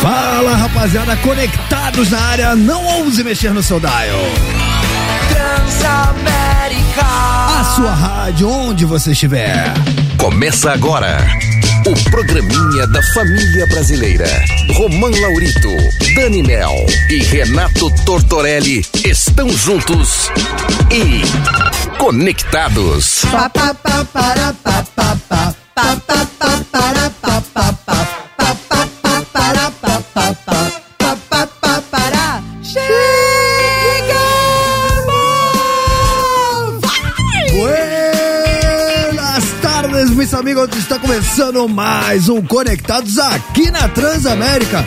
Fala rapaziada, conectados na área, não ouse mexer no seu dial. Transamérica. Ah, A sua rádio, onde você estiver. Começa agora o programinha da família brasileira. Roman Laurito, Dani Mel e Renato Tortorelli estão juntos e conectados. Pa, pa, pa, para, pa, pa, pa. Pa, pa, pa, para, pa, pa, pa. Pa, pa, pa, para, pa, pa, pa. Pa, pa, pa, para. Chegamos! Buenas tardes, meus amigos. Está começando mais um Conectados aqui na Transamérica.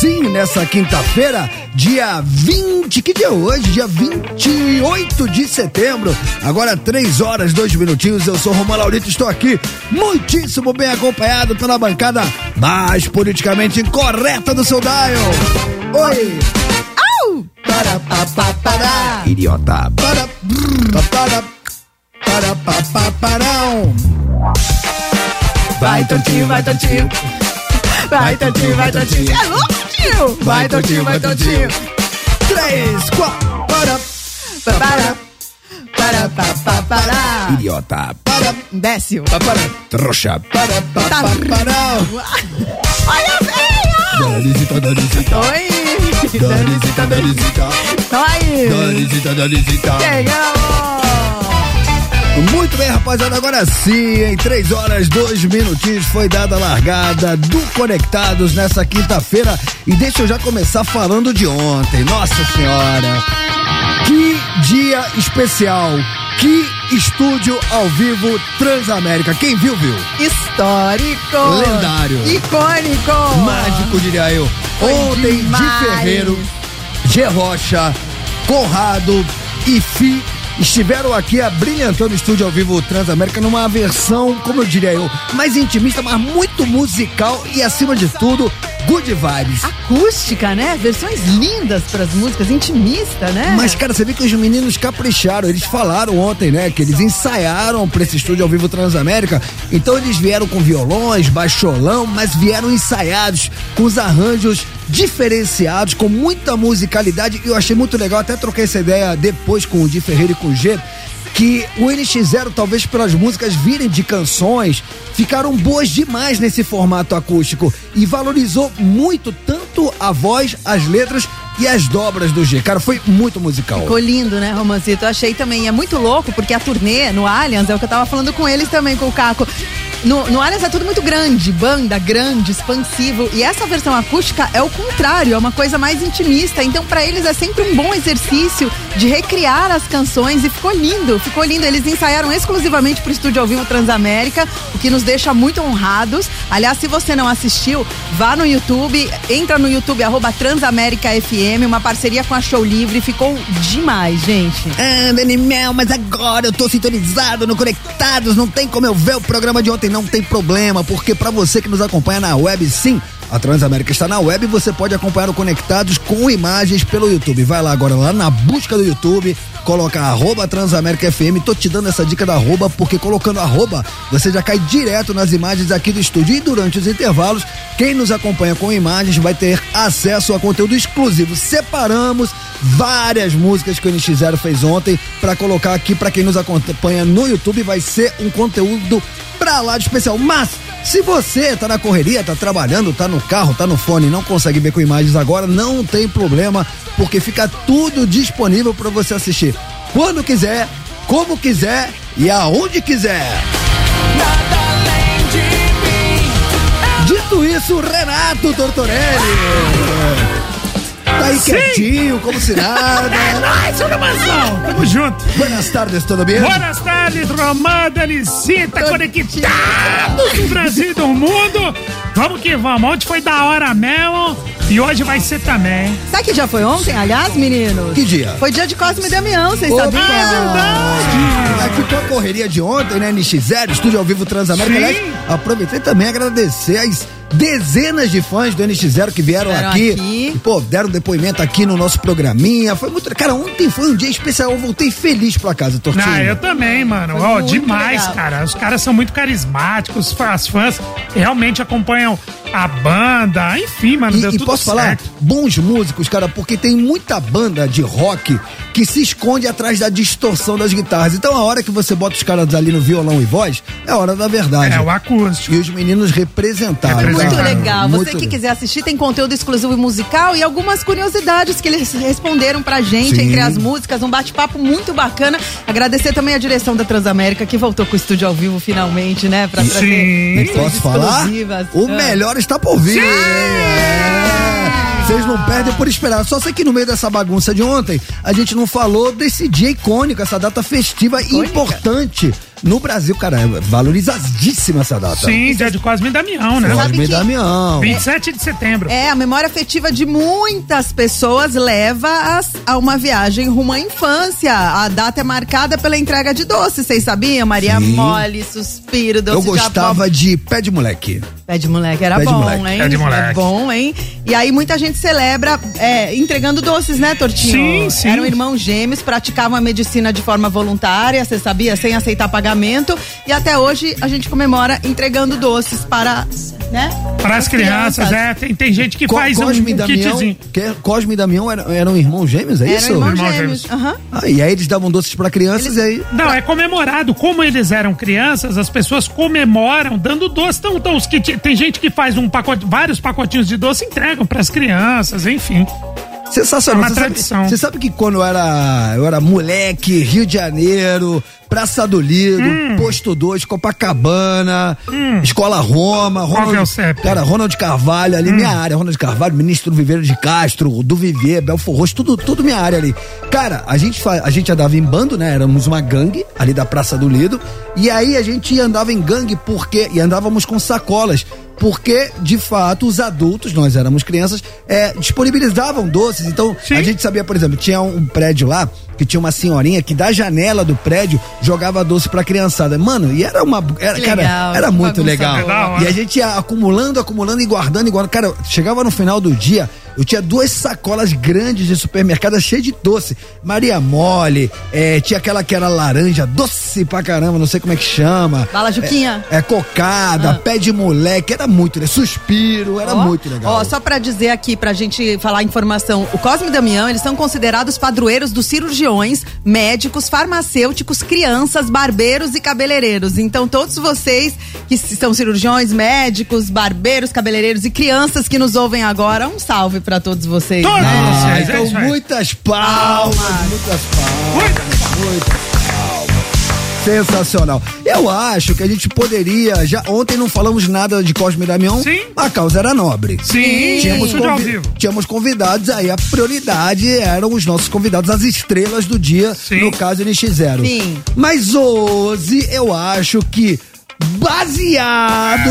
Sim, nessa quinta-feira, dia 20. Que dia é hoje? Dia 28 de setembro. Agora, três horas, dois minutinhos. Eu sou Romão Laurito, estou aqui muitíssimo bem acompanhado pela bancada mais politicamente incorreta do seu Dial. Oi, Para, pa, pa, para. idiota. Para, brrr, para, para, pa, pa, parão. Vai, Tontinho, vai, Tontinho. Vai, Tontinho, vai, Tontinho. É louco, tio? Vai, Tontinho, vai, Tontinho. Três, quatro, para, Para, para, pa, pa, para. idiota. Para, Imbécil. pa, para, trouxa. Para, pa, Tá. pa, parão. Olha a veia! Danisita, danisita. Oi! Danisita, danisita. Oi! Danisita, danisita. Chegamos! Muito bem, rapaziada. Agora sim, em 3 horas, 2 minutinhos, foi dada a largada do Conectados nessa quinta-feira. E deixa eu já começar falando de ontem. Nossa Senhora! Que dia especial! Que estúdio ao vivo Transamérica. Quem viu, viu. Histórico! Lendário. Icônico! Mágico, diria eu. Foi Ontem, demais. de Ferreiro, G. Rocha, Conrado e Fi estiveram aqui abrilhantando o estúdio ao vivo Transamérica numa versão, como eu diria eu, mais intimista, mas muito musical e, acima de tudo, good vibes. acústica, né? Versões lindas pras músicas, intimista, né? Mas, cara, você vê que os meninos capricharam. Eles falaram ontem, né? Que eles ensaiaram pra esse estúdio ao vivo Transamérica. Então, eles vieram com violões, baixolão, mas vieram ensaiados, com os arranjos diferenciados, com muita musicalidade. E eu achei muito legal. Até troquei essa ideia depois com o Di Ferreira e com o G. Que o NX0, talvez pelas músicas virem de canções, ficaram boas demais nesse formato acústico e valorizou muito tanto a voz, as letras e as dobras do G. Cara, foi muito musical. Ficou lindo, né, Romancito? Eu achei também. É muito louco, porque a turnê no Allianz, é o que eu tava falando com eles também, com o Caco. No, no Allianz é tudo muito grande, banda grande, expansivo. E essa versão acústica é o contrário, é uma coisa mais intimista. Então, pra eles é sempre um bom exercício de recriar as canções. E ficou lindo, ficou lindo. Eles ensaiaram exclusivamente pro estúdio ao vivo Transamérica, o que nos deixa muito honrados. Aliás, se você não assistiu, vá no YouTube, entra no YouTube, arroba Transamérica FM, uma parceria com a Show Livre. Ficou demais, gente. Ah, Dani Mel, mas agora eu tô sintonizado no Conectados, não tem como eu ver o programa de ontem, não tem problema, porque pra você que nos acompanha na web, sim, a Transamérica está na web e você pode acompanhar o Conectados com imagens pelo YouTube. Vai lá agora, lá na busca do YouTube, coloca arroba Transamérica FM, tô te dando essa dica da arroba, porque colocando arroba, você já cai direto nas imagens aqui do estúdio e durante os intervalos, quem nos acompanha com imagens vai ter acesso a conteúdo exclusivo. Separamos várias músicas que o NX Zero fez ontem pra colocar aqui pra quem nos acompanha no YouTube. Vai ser um conteúdo pra lá de especial. Mas se você tá na correria, tá trabalhando, tá no carro, tá no fone, e não consegue ver com imagens agora, não tem problema, porque fica tudo disponível pra você assistir quando quiser, como quiser e aonde quiser. Nada além de mim. Dito isso, Renato Tortorelli. Tá aí quietinho, como se nada. Tamo junto. Buenas tardes, tudo bem? Buenas tardes, Romã, Danicita, conectados do Brasil e do mundo. Vamos que vamos. Ontem foi da hora mesmo e hoje vai ser também. Sabe que já foi ontem, aliás, meninos? Que dia? Foi dia de Cosme e Damião, vocês Opa! É sabiam? verdade. Mas aqui com a correria de ontem, né? NX0, Estúdio ao Vivo Transamérica. Sim. Aliás, aproveitei também e agradecer as dezenas de fãs do NX0 que vieram Vieram aqui. aqui. E, pô, deram depoimento aqui no nosso programinha. Foi muito. Cara, ontem foi um dia especial. Eu voltei feliz pra casa, Tortinho. Ah, eu também, mano. Foi Ó, muito demais, legal. cara. Os caras são muito carismáticos, fa- as fãs realmente acompanham a banda. Enfim, Ah, mano, deu E, e tudo posso falar, certo. bons músicos, cara, porque tem muita banda de rock que se esconde atrás da distorção das guitarras. Então a hora que você bota os caras ali no violão e voz, é a hora da verdade. É, o acústico. E os meninos representaram. É Foi Muito Apresentaram. cara. legal. Muito Você que quiser assistir, tem conteúdo exclusivo e musical e algumas curiosidades que eles responderam pra gente Sim. entre as músicas. Um bate-papo muito bacana. Agradecer também a direção da Transamérica, que voltou com o estúdio ao vivo finalmente, né? Pra trazer Sim. versões Posso falar? exclusivas. O Ah. melhor está por vir. É. Vocês não perdem por esperar. Só sei que no meio dessa bagunça de ontem, a gente não falou desse dia icônico, essa data festiva Icônica. importante no Brasil, cara. É valorizadíssima essa data. Sim, dia de Cosme e Damião, né? Sabe Cosme e que- Damião. 27 de setembro. É, a memória afetiva de muitas pessoas leva as- a uma viagem rumo à infância. A data é marcada pela entrega de doces, vocês sabiam? Maria Sim. Mole, suspiro, doce Eu de abóbora. gostava de pé de moleque. Pé de moleque era Pé de bom, moleque. hein? Pé de É moleque. bom, hein? E aí muita gente celebra é, entregando doces, né, Tortinho? Sim, sim. Eram irmãos gêmeos, praticavam a medicina de forma voluntária, você sabia? Sem aceitar pagamento. E até hoje a gente comemora entregando doces para, né? Para as crianças, é. Tem, tem gente que Co- faz um, um Cosme e Damião. kitzinho. que- Cosme e Damião eram, eram irmãos gêmeos, é isso? Eram irmãos Irmãos gêmeos. gêmeos. Aham. Ah, e aí eles davam doces pra crianças e aí. Não, é comemorado. Como eles eram crianças, as pessoas comemoram dando doce. Então, então os que ti- tem gente que faz um pacote, vários pacotinhos de doce e entregam para as crianças, enfim. Sensacional. É uma Você sabe- tradição. Você sabe, que quando eu era, eu era moleque, Rio de Janeiro, Praça do Lido, Hum. Posto 2, Copacabana, Escola Roma, que é o CEP? cara, Ronald Carvalho, ali minha Hum. área, Ronald Carvalho, ministro Viveiro de Castro, do Viver, Belfor Roxo, tudo, tudo minha área ali. Cara, a gente, fa- a gente andava em bando, né? Éramos uma gangue ali da Praça do Lido, e aí a gente andava em gangue porque, e andávamos com sacolas, porque, de fato, os adultos, nós éramos crianças, é, disponibilizavam doces. Então, Sim. a gente sabia, por exemplo, tinha um prédio lá que tinha uma senhorinha que da janela do prédio jogava doce pra criançada. Mano, e era uma. Era, Que cara, legal, era que muito bagunça legal. boa. É da hora. E a gente ia acumulando, acumulando e guardando, e guardando. Cara, chegava no final do dia, eu tinha duas sacolas grandes de supermercado cheias de doce. Maria Mole, é, tinha aquela que era laranja, doce pra caramba, não sei como é que chama. Bala Juquinha. É, é cocada, pé de moleque, era muito, né? Suspiro, era Ah. Ó, muito legal. Ó, só pra dizer aqui, pra gente falar a informação, o Cosme e Damião, eles são considerados padroeiros dos cirurgiões, médicos, farmacêuticos, crianças, barbeiros e cabeleireiros. Então, todos vocês que s- são cirurgiões, médicos, barbeiros, cabeleireiros e crianças que nos ouvem agora, um salve pra todos vocês. Todos né? Ah, vocês, é então isso aí. muitas palmas, muitas palmas, Muito- sensacional. Eu acho que a gente poderia, já ontem não falamos nada de Cosme e Damião, Sim. a causa era nobre. Sim, Tínhamos, estúdio ao convi- vivo. tínhamos convidados, aí a prioridade eram os nossos convidados, as estrelas do dia, Sim. no caso NX0. Sim. Mas hoje eu acho que, baseado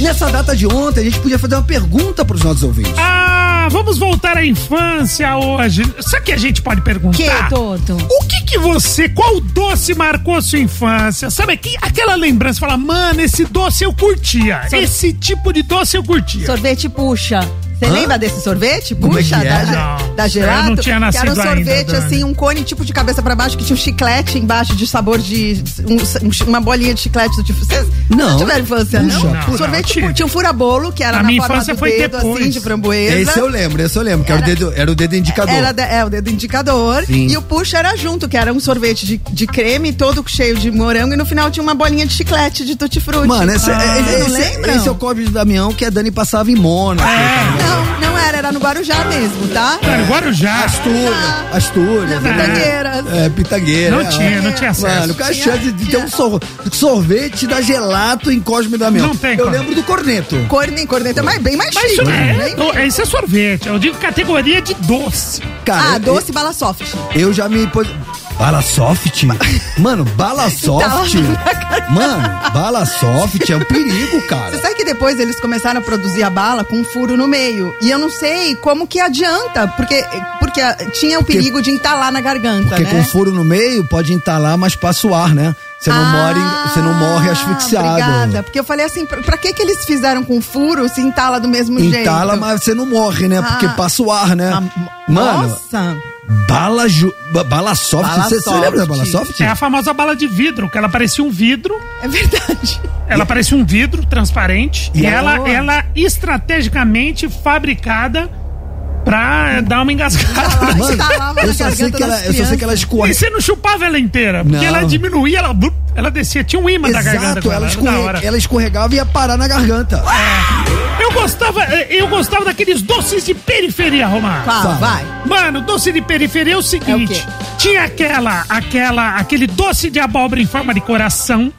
nessa data de ontem, a gente podia fazer uma pergunta pros nossos ouvintes. Ah, vamos voltar à infância hoje. Sabe o que a gente pode perguntar? Que, Toto? O que que você, qual doce marcou sua infância? Sabe aqui, aquela lembrança, fala, mano, esse doce eu curtia. Esse tipo de doce eu curtia. Sorvete puxa. Você Hã? lembra desse sorvete? Como é que Puxa, é? da, ge- Não, da eu gelato? não tinha que era um nascido ainda, sorvete, Dani. assim, um cone tipo de cabeça pra baixo que tinha um chiclete embaixo de sabor de. um- um chi- uma bolinha de chiclete do tipo. Vocês Não. tiveram infância, não? Puxa, Não, puxa. sorvete não tive. puxa. Tinha um furabolo, que era A na minha forma infância do foi dedo, depois. assim, de framboesa. Esse é eu lembro, esse eu lembro, que era, o, dedo, era o dedo indicador. Era da- é, o dedo indicador. Sim. E o puxa era junto, que era um sorvete de, de creme todo cheio de morango. E no final tinha uma bolinha de chiclete de tutti-frutti. Mano, esse, é- Tipo, ah, Vocês não esse, lembram? esse é o Cosme de Damião que a Dani passava em Mônaco. É. Não, não era. Era no Guarujá mesmo, tá? Cara, Guarujá. Astúria, Ah. Astúria. Na né? Pitangueiras. É, Pitangueira. Não é. tinha, não tinha acesso. Mano, o cara Tinha, tinha de, de ter tinha. um sor- sorvete da gelato em Cosme e Damião. Não tem Eu como. lembro do corneto. Corne, corneta, mas bem mais Mas chique. né? isso não é, Bem- do- isso é sorvete. Eu digo categoria de doce. Cara, ah, eu- doce bala soft. Eu já me. pos- Bala soft? Mano, bala soft? Mano, bala soft é um perigo, Você cara. sabe que depois eles começaram a produzir a bala com um furo no meio. E eu não sei como que adianta, porque, porque tinha o perigo de entalar na garganta, Porque né? com furo no meio pode entalar, mas passa o ar, né? Você não, Ah, morre, você não morre asfixiado. Obrigada, porque eu falei assim, pra, pra que que eles fizeram com furo se entala do mesmo jeito? Entala, mas você não morre, né? Porque Ah. passa o ar, né? Ah, Mano, Nossa! bala, ju... ba- bala soft. Bala você, você soft. lembra da bala soft? É a famosa bala de vidro, que ela parecia um vidro, É verdade. ela parecia um vidro transparente e, E ela, ela- ela estrategicamente fabricada pra eh, dar uma engasgada. Mano, Entalava tá na eu só, sei garganta que ela, das eu só sei que ela E escorre. você não chupava ela inteira, porque Não. ela diminuía, ela, blup, ela descia, tinha um imã da garganta Exato, com ela, ela, era escorre- da hora. ela escorregava e ia parar na garganta. Eu gostava, eh, eu gostava daqueles doces de periferia, Romar. Fala, Fala. vai. Mano, doce de periferia é o seguinte: É tinha aquela, aquela, aquele doce de abóbora em forma de coração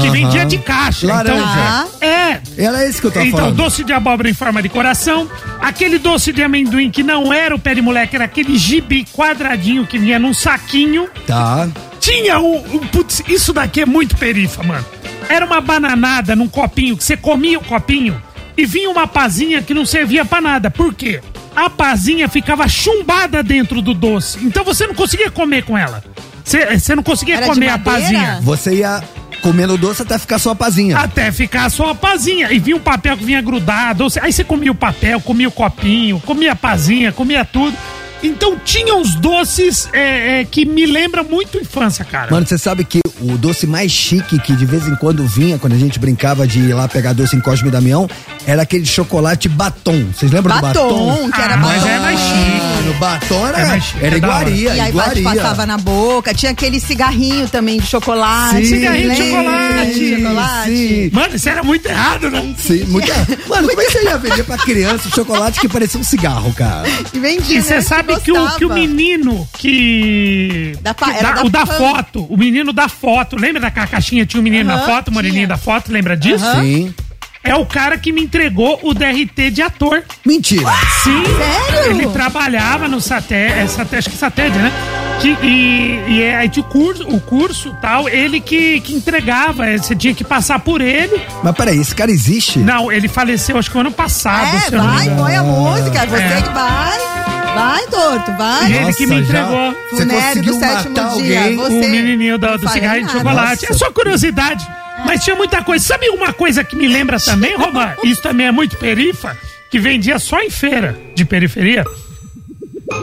que Aham. vendia de caixa. Laranja. Então, é. Era esse que eu tava Então, falando. doce de abóbora em forma de coração, aquele doce de amendoim que não era o pé de moleque, era aquele gibi quadradinho que vinha num saquinho. Tá. Tinha o. o- putz, isso daqui é muito perifa, mano. Era uma bananada num copinho, que você comia o copinho e vinha uma pazinha que não servia pra nada. Por quê? A pazinha ficava chumbada dentro do doce. Então você não conseguia comer com ela. Você você não conseguia Era de comer a madeira? pazinha. Você ia comendo doce até ficar só a pazinha. Até ficar só a pazinha. E vinha um papel que vinha grudado. ou se- Aí você comia o papel, comia o copinho, comia a pazinha, comia tudo. Então tinha uns doces é, é, que me lembram muito infância, É. cara. Mano, você sabe que o doce mais chique que de vez em quando vinha, quando a gente brincava de ir lá pegar doce em Cosme e Damião, era aquele chocolate batom. Vocês lembram do batom? Batom, que era Ah, batom. mas é mais chique. Mano, batom era, É mais chique, era é da hora. iguaria, E aí bate- iguaria. passava na boca, tinha aquele cigarrinho também de chocolate. Sim, Cigarrinho de lembra? chocolate. Chocolate. Sim, Mano, isso era muito errado, né? sim. Muito... Mano, como é que você ia vender pra criança um chocolate que parecia um cigarro, cara? E vendia, E né? você sabe que o, gostava. que o menino que. Da pa- que era da- da o da Pan. foto. O menino da foto. Lembra da ca- caixinha? Tinha um menino na Aham, foto, o moreninho tinha. da foto, lembra disso? Sim. É o cara que me entregou o DRT de ator. Mentira. Sim. Sério? Ele trabalhava no Satélite, acho que Satélite, né? Que- e, e é, aí tinha o curso, o curso tal, ele que, que entregava, é, você tinha que passar por ele. Mas peraí, esse cara existe? Não, ele faleceu acho que o ano passado. É, se eu Ah, não me vai, engano. põe a música. Você É. que vai. Vai, torto, vai. Ele que me já- entregou. Você Funério do conseguiu sétimo matar dia, alguém? você- o um menininho do, não do falei cigarro de nada. chocolate. É só curiosidade. Mas tinha muita coisa. Sabe uma coisa que me lembra também, Romar? Isso também é muito perifa, que vendia só em feira de periferia.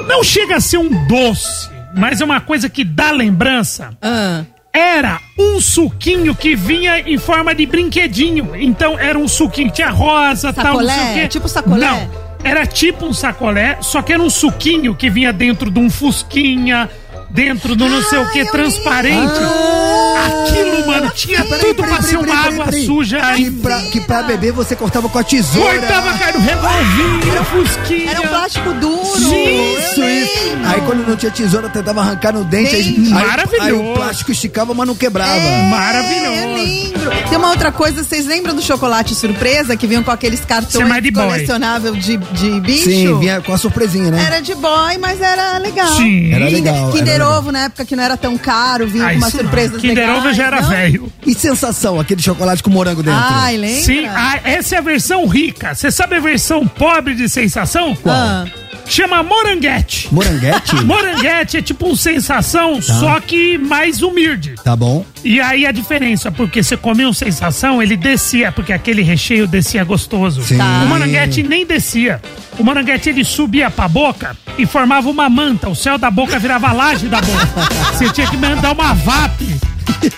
Não chega a ser um doce, mas é uma coisa que dá lembrança. Ah, Era um suquinho que vinha em forma de brinquedinho. Então era um suquinho que tinha rosa, tal, não sei o Sacolé? quê. Tipo sacolé? Não. Era tipo um sacolé, só que era um suquinho que vinha dentro de um fusquinha, dentro do não sei o que, eu transparente. Aquilo, mano, tinha Peraí, tudo peraí, pra ser peraí, uma peraí, água peraí. suja. Que pra, que pra beber você cortava com a tesoura. Cortava carne, revolvinho, fusquinha. Era um plástico duro. Isso, eu isso. lembro. Aí quando não tinha tesoura, tentava arrancar no dente. Aí, Dente. aí- Maravilhoso. Aí o plástico esticava, mas não quebrava. É, eu Maravilhoso. lembro. Tem uma outra coisa, vocês lembram do chocolate surpresa que vinham com aqueles Você é mais de cartões boy. colecionáveis de, de bicho? Sim, vinha com a surpresinha, né? Era de boy, mas era legal. Sim. Era legal, Kinder era legal. Ovo, na época que não era tão caro, vinha Ah, com umas isso não. surpresas Kinder legais. Ovo já era não? velho. E sensação, aquele chocolate com morango dentro. Ai, lembra? Sim, ah, essa é a versão rica. Você sabe a versão pobre de sensação? Ah. Chama moranguete. Moranguete? Moranguete é tipo um sensação, só que mais humilde. tá bom. E aí a diferença, porque você comia um sensação, ele descia, porque aquele recheio descia gostoso. Sim. O moranguete nem descia. O moranguete ele subia pra boca e formava uma manta. O céu da boca virava a laje da boca. Você tinha que mandar uma VAP.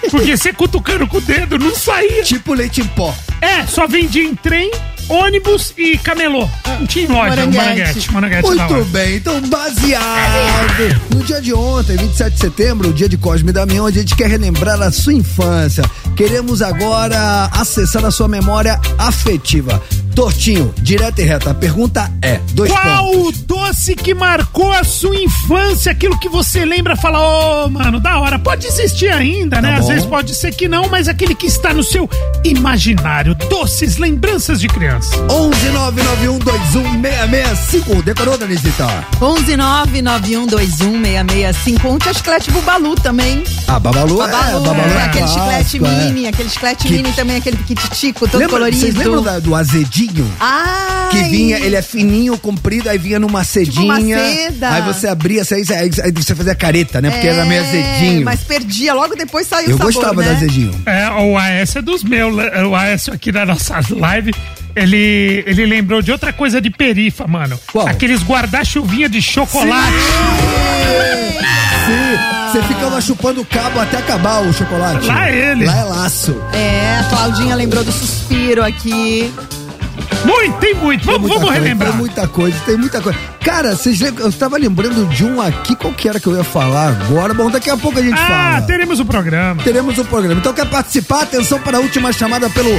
Porque você cutucando com o dedo não saía. Tipo leite em pó. É, só vendia em trem, ônibus e camelô. Não tinha em loja, Moranguete. moranguete. Moranguete, da hora. Ah, Muito bem, então É baseado no dia de ontem, 27 de setembro, o dia de Cosme e Damião, a gente quer relembrar a sua infância. Queremos agora acessar a sua memória afetiva. Tortinho, direto e reto. A pergunta é: dois Qual pontos. o doce que marcou a sua infância? Aquilo que você lembra, fala, ô, mano, da hora. Pode existir ainda, né? Às Tá bom. vezes pode ser que não, mas aquele que está no seu imaginário. Doces, lembranças de criança. 11991216665. Decorou, Danisita? 11991216651. Tinha chiclete Bubalu também. Ah, Babalu, Babalu, é, Babalu né? é aquele chiclete clássico, é. mini, aquele chiclete Que- mini também, aquele pititico todo Lembra, colorido. vocês lembram da- do azedinho? Ai, Tipo Que vinha, ele é fininho, comprido, aí vinha numa cedinha. uma seda. Aí você abria, aí, aí, aí você fazia careta, né? Porque era meio azedinho. é, Mas perdia, logo depois saiu Eu o sabor, gostava né? do azedinho. É, o Aécio é dos meus. le- O Aécio aqui na nossa live, ele, ele lembrou de outra coisa de perifa, mano. Qual? Aqueles guarda-chuvinha de chocolate. Sim, você ficava chupando o cabo até acabar o chocolate. Lá é ele. Lá é laço. É, a Claudinha lembrou do suspiro aqui. Muito, tem muito. Tem muita Vamos, vamos coisa, relembrar. Tem muita coisa, tem muita coisa. Cara, vocês lembram? Eu tava lembrando de um aqui, qual que era que eu ia falar agora? Bom, daqui a pouco a gente Ah, fala. teremos o programa. Teremos o programa. Então quer participar? Atenção para a última chamada pelo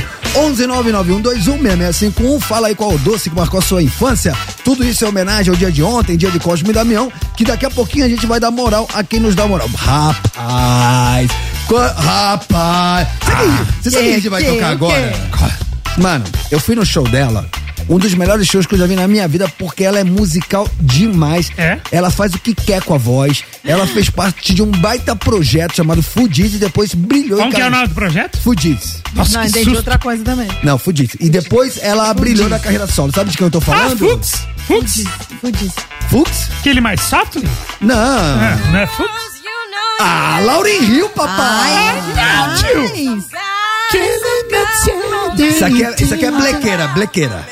11991216651. Fala aí qual o doce que marcou a sua infância. Tudo isso é homenagem ao dia de ontem, dia de Cosme e Damião, que daqui a pouquinho a gente vai dar moral a quem nos dá moral. Rapaz! co- Rapaz! Sabe, você sabe o que a gente vai que, tocar que? agora? Mano, eu fui no show dela. Um dos melhores shows que eu já vi na minha vida, porque ela é musical demais. É? Ela faz o que quer com a voz. Ela fez parte de um baita projeto chamado Fudiz e depois brilhou Como em que é o carreira- nome do projeto? Fudiz. Nossa, Não, que entendi susto. outra coisa também. Não, Fudiz. E depois ela brilhou na carreira solo. Sabe de quem eu tô Ah, falando? Fux. Fux. Fudiz. Fux? Aquele mais Softly? Não. É, não é Fux? Ah, Lauren Hill, papai. Ah, tio. Mas- Isso aqui é, isso aqui é blequeira, blequeira.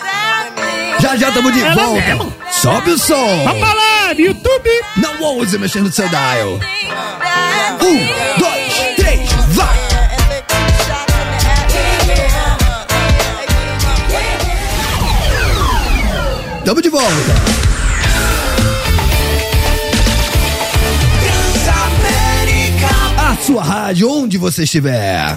Já já tamo de Ela volta. mesmo? Sobe o som. Vamos lá, YouTube. Não ouse mexer no seu dial. Um, dois, três, vai. Tamo de volta. A sua rádio, onde você estiver.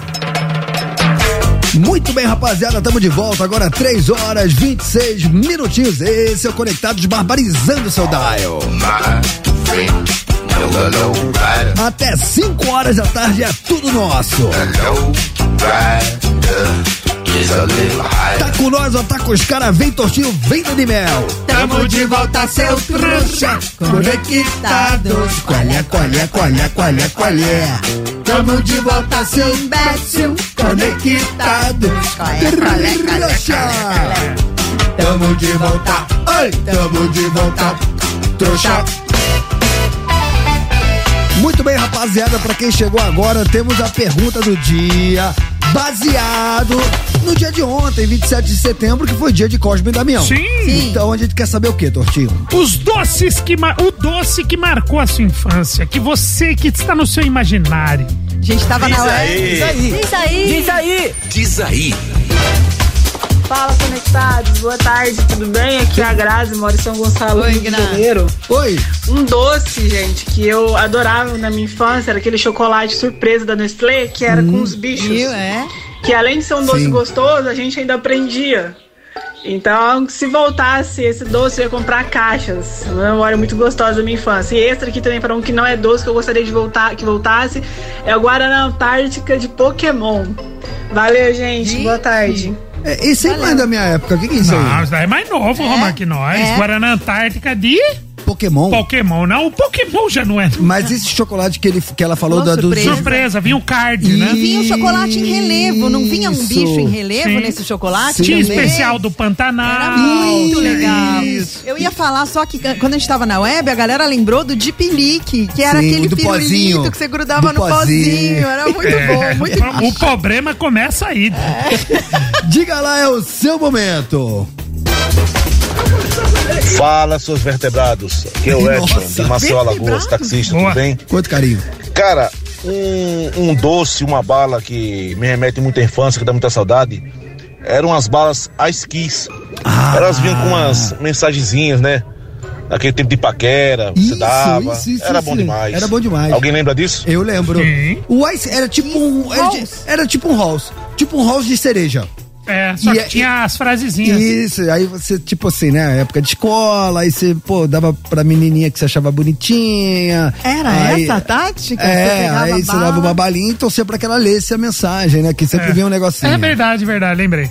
Muito bem, rapaziada, estamos de volta agora, 3 horas 26 minutinhos. Esse é o Conectados Barbarizando seu Dial. Até 5 horas da tarde é tudo nosso. Tá com nós ou tá com os caras? Vem tortinho, vem de mel. Tamo de volta, seu trouxa, conectados. Qualé, qualé, qualé, qualé, qualé. Tamo de volta, seu imbécil, Conectados. Qualé, qualé, qualé, Trouxa. Tamo de volta, oi, tamo de volta, trouxa. Muito bem, rapaziada, pra quem chegou agora, temos a pergunta do dia, baseado no dia de ontem, 27 de setembro, que foi dia de Cosme e Damião. Sim. Então a gente quer saber o que, Tortinho? Os doces que... mar- O doce que marcou a sua infância. Que você que está no seu imaginário. A gente tava na web. Diz aí, Isso aí. diz aí. Diz aí. Fala conectados, boa tarde, tudo bem? Aqui é a Grazi, moro em São Gonçalo, Oi, Rio de Grazi. Janeiro. Oi, Um doce, gente, que eu adorava na minha infância era aquele chocolate surpresa da Nestlé, que era com os bichos. Viu, é? Que além de ser um doce Sim. gostoso, a gente ainda aprendia. Então, se voltasse esse doce, eu ia comprar caixas. Uma memória muito gostosa da minha infância. E extra aqui também para um que não é doce, que eu gostaria de voltar, que voltasse, é o Guaraná Antártica de Pokémon. Valeu, gente. Boa tarde. é, esse aí não é da minha época, o que, que é isso Não, aí? isso daí é mais novo, É, Romar, que nós. é. Guaraná Antártica de Pokémon. Pokémon. Não, o Pokémon já não é. Mas esse chocolate que, ele, que ela falou Nossa, da, do... surpresa. Surpresa, vinha o card, né? Vinha o chocolate em relevo, não vinha um Isso. bicho em relevo Sim. nesse chocolate? Tinha também? especial do Era Pantanal. muito legal. Isso. Eu ia falar só que c- quando a gente tava na web, a galera lembrou do Deep Leak, que era Sim, aquele do pirulito pozinho. que você grudava no Do pozinho. pozinho. É. Era muito bom, muito bom. É. O problema começa aí. Diga lá, é o seu momento. Fala, seus vertebrados. Aqui é o Edson, Nossa, de Maceió, Alagoas, vertebrado. taxista, Boa. tudo bem? Quanto carinho. Cara, um, um doce, uma bala que me remete muito à infância, que dá muita saudade, eram as balas Ice Kiss. Ah. Elas vinham com umas mensagenzinhas, né? Naquele tempo de paquera, você Isso, dava. isso, isso, era isso. bom demais. Era bom demais. Alguém lembra disso? Eu lembro. Sim. O Ice era tipo um. Era, Halls. era tipo um Halls. Tipo um Halls de cereja. É, só E que é- tinha as frasezinhas. Isso, aí você, tipo assim, né? Época de escola, aí você, pô, dava pra menininha que você achava bonitinha. Era Aí- essa a tática? Você É, pegava aí você bala. dava uma balinha e torcia pra que ela lesse a mensagem, né? Que sempre É. vinha um negocinho. É verdade, verdade, lembrei.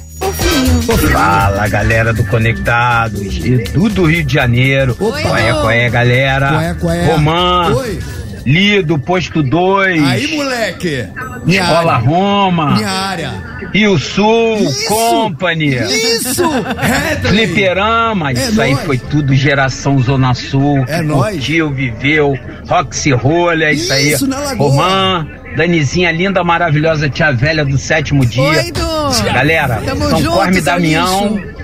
Fala galera do Conectados, Edu do Rio de Janeiro. Qual Opa. é, qual é, Qual é, galera? qual é? Roman, Oi. Lido, Posto 2, Aí, moleque! Minha Escola área. Roma, Minha área. Rio Sul, Isso. Company, Isso! Hedley! Fliperama, isso aí nóis. foi tudo geração Zona Sul, É que nóis. curtiu, viveu, Roxy Rolha, é isso, Isso, aí, na Lagoa. Roman, Danizinha linda, maravilhosa, tia velha do sétimo dia. Oi, Du. Galera, Tamo São junto, Corme seu e Damião. lixo.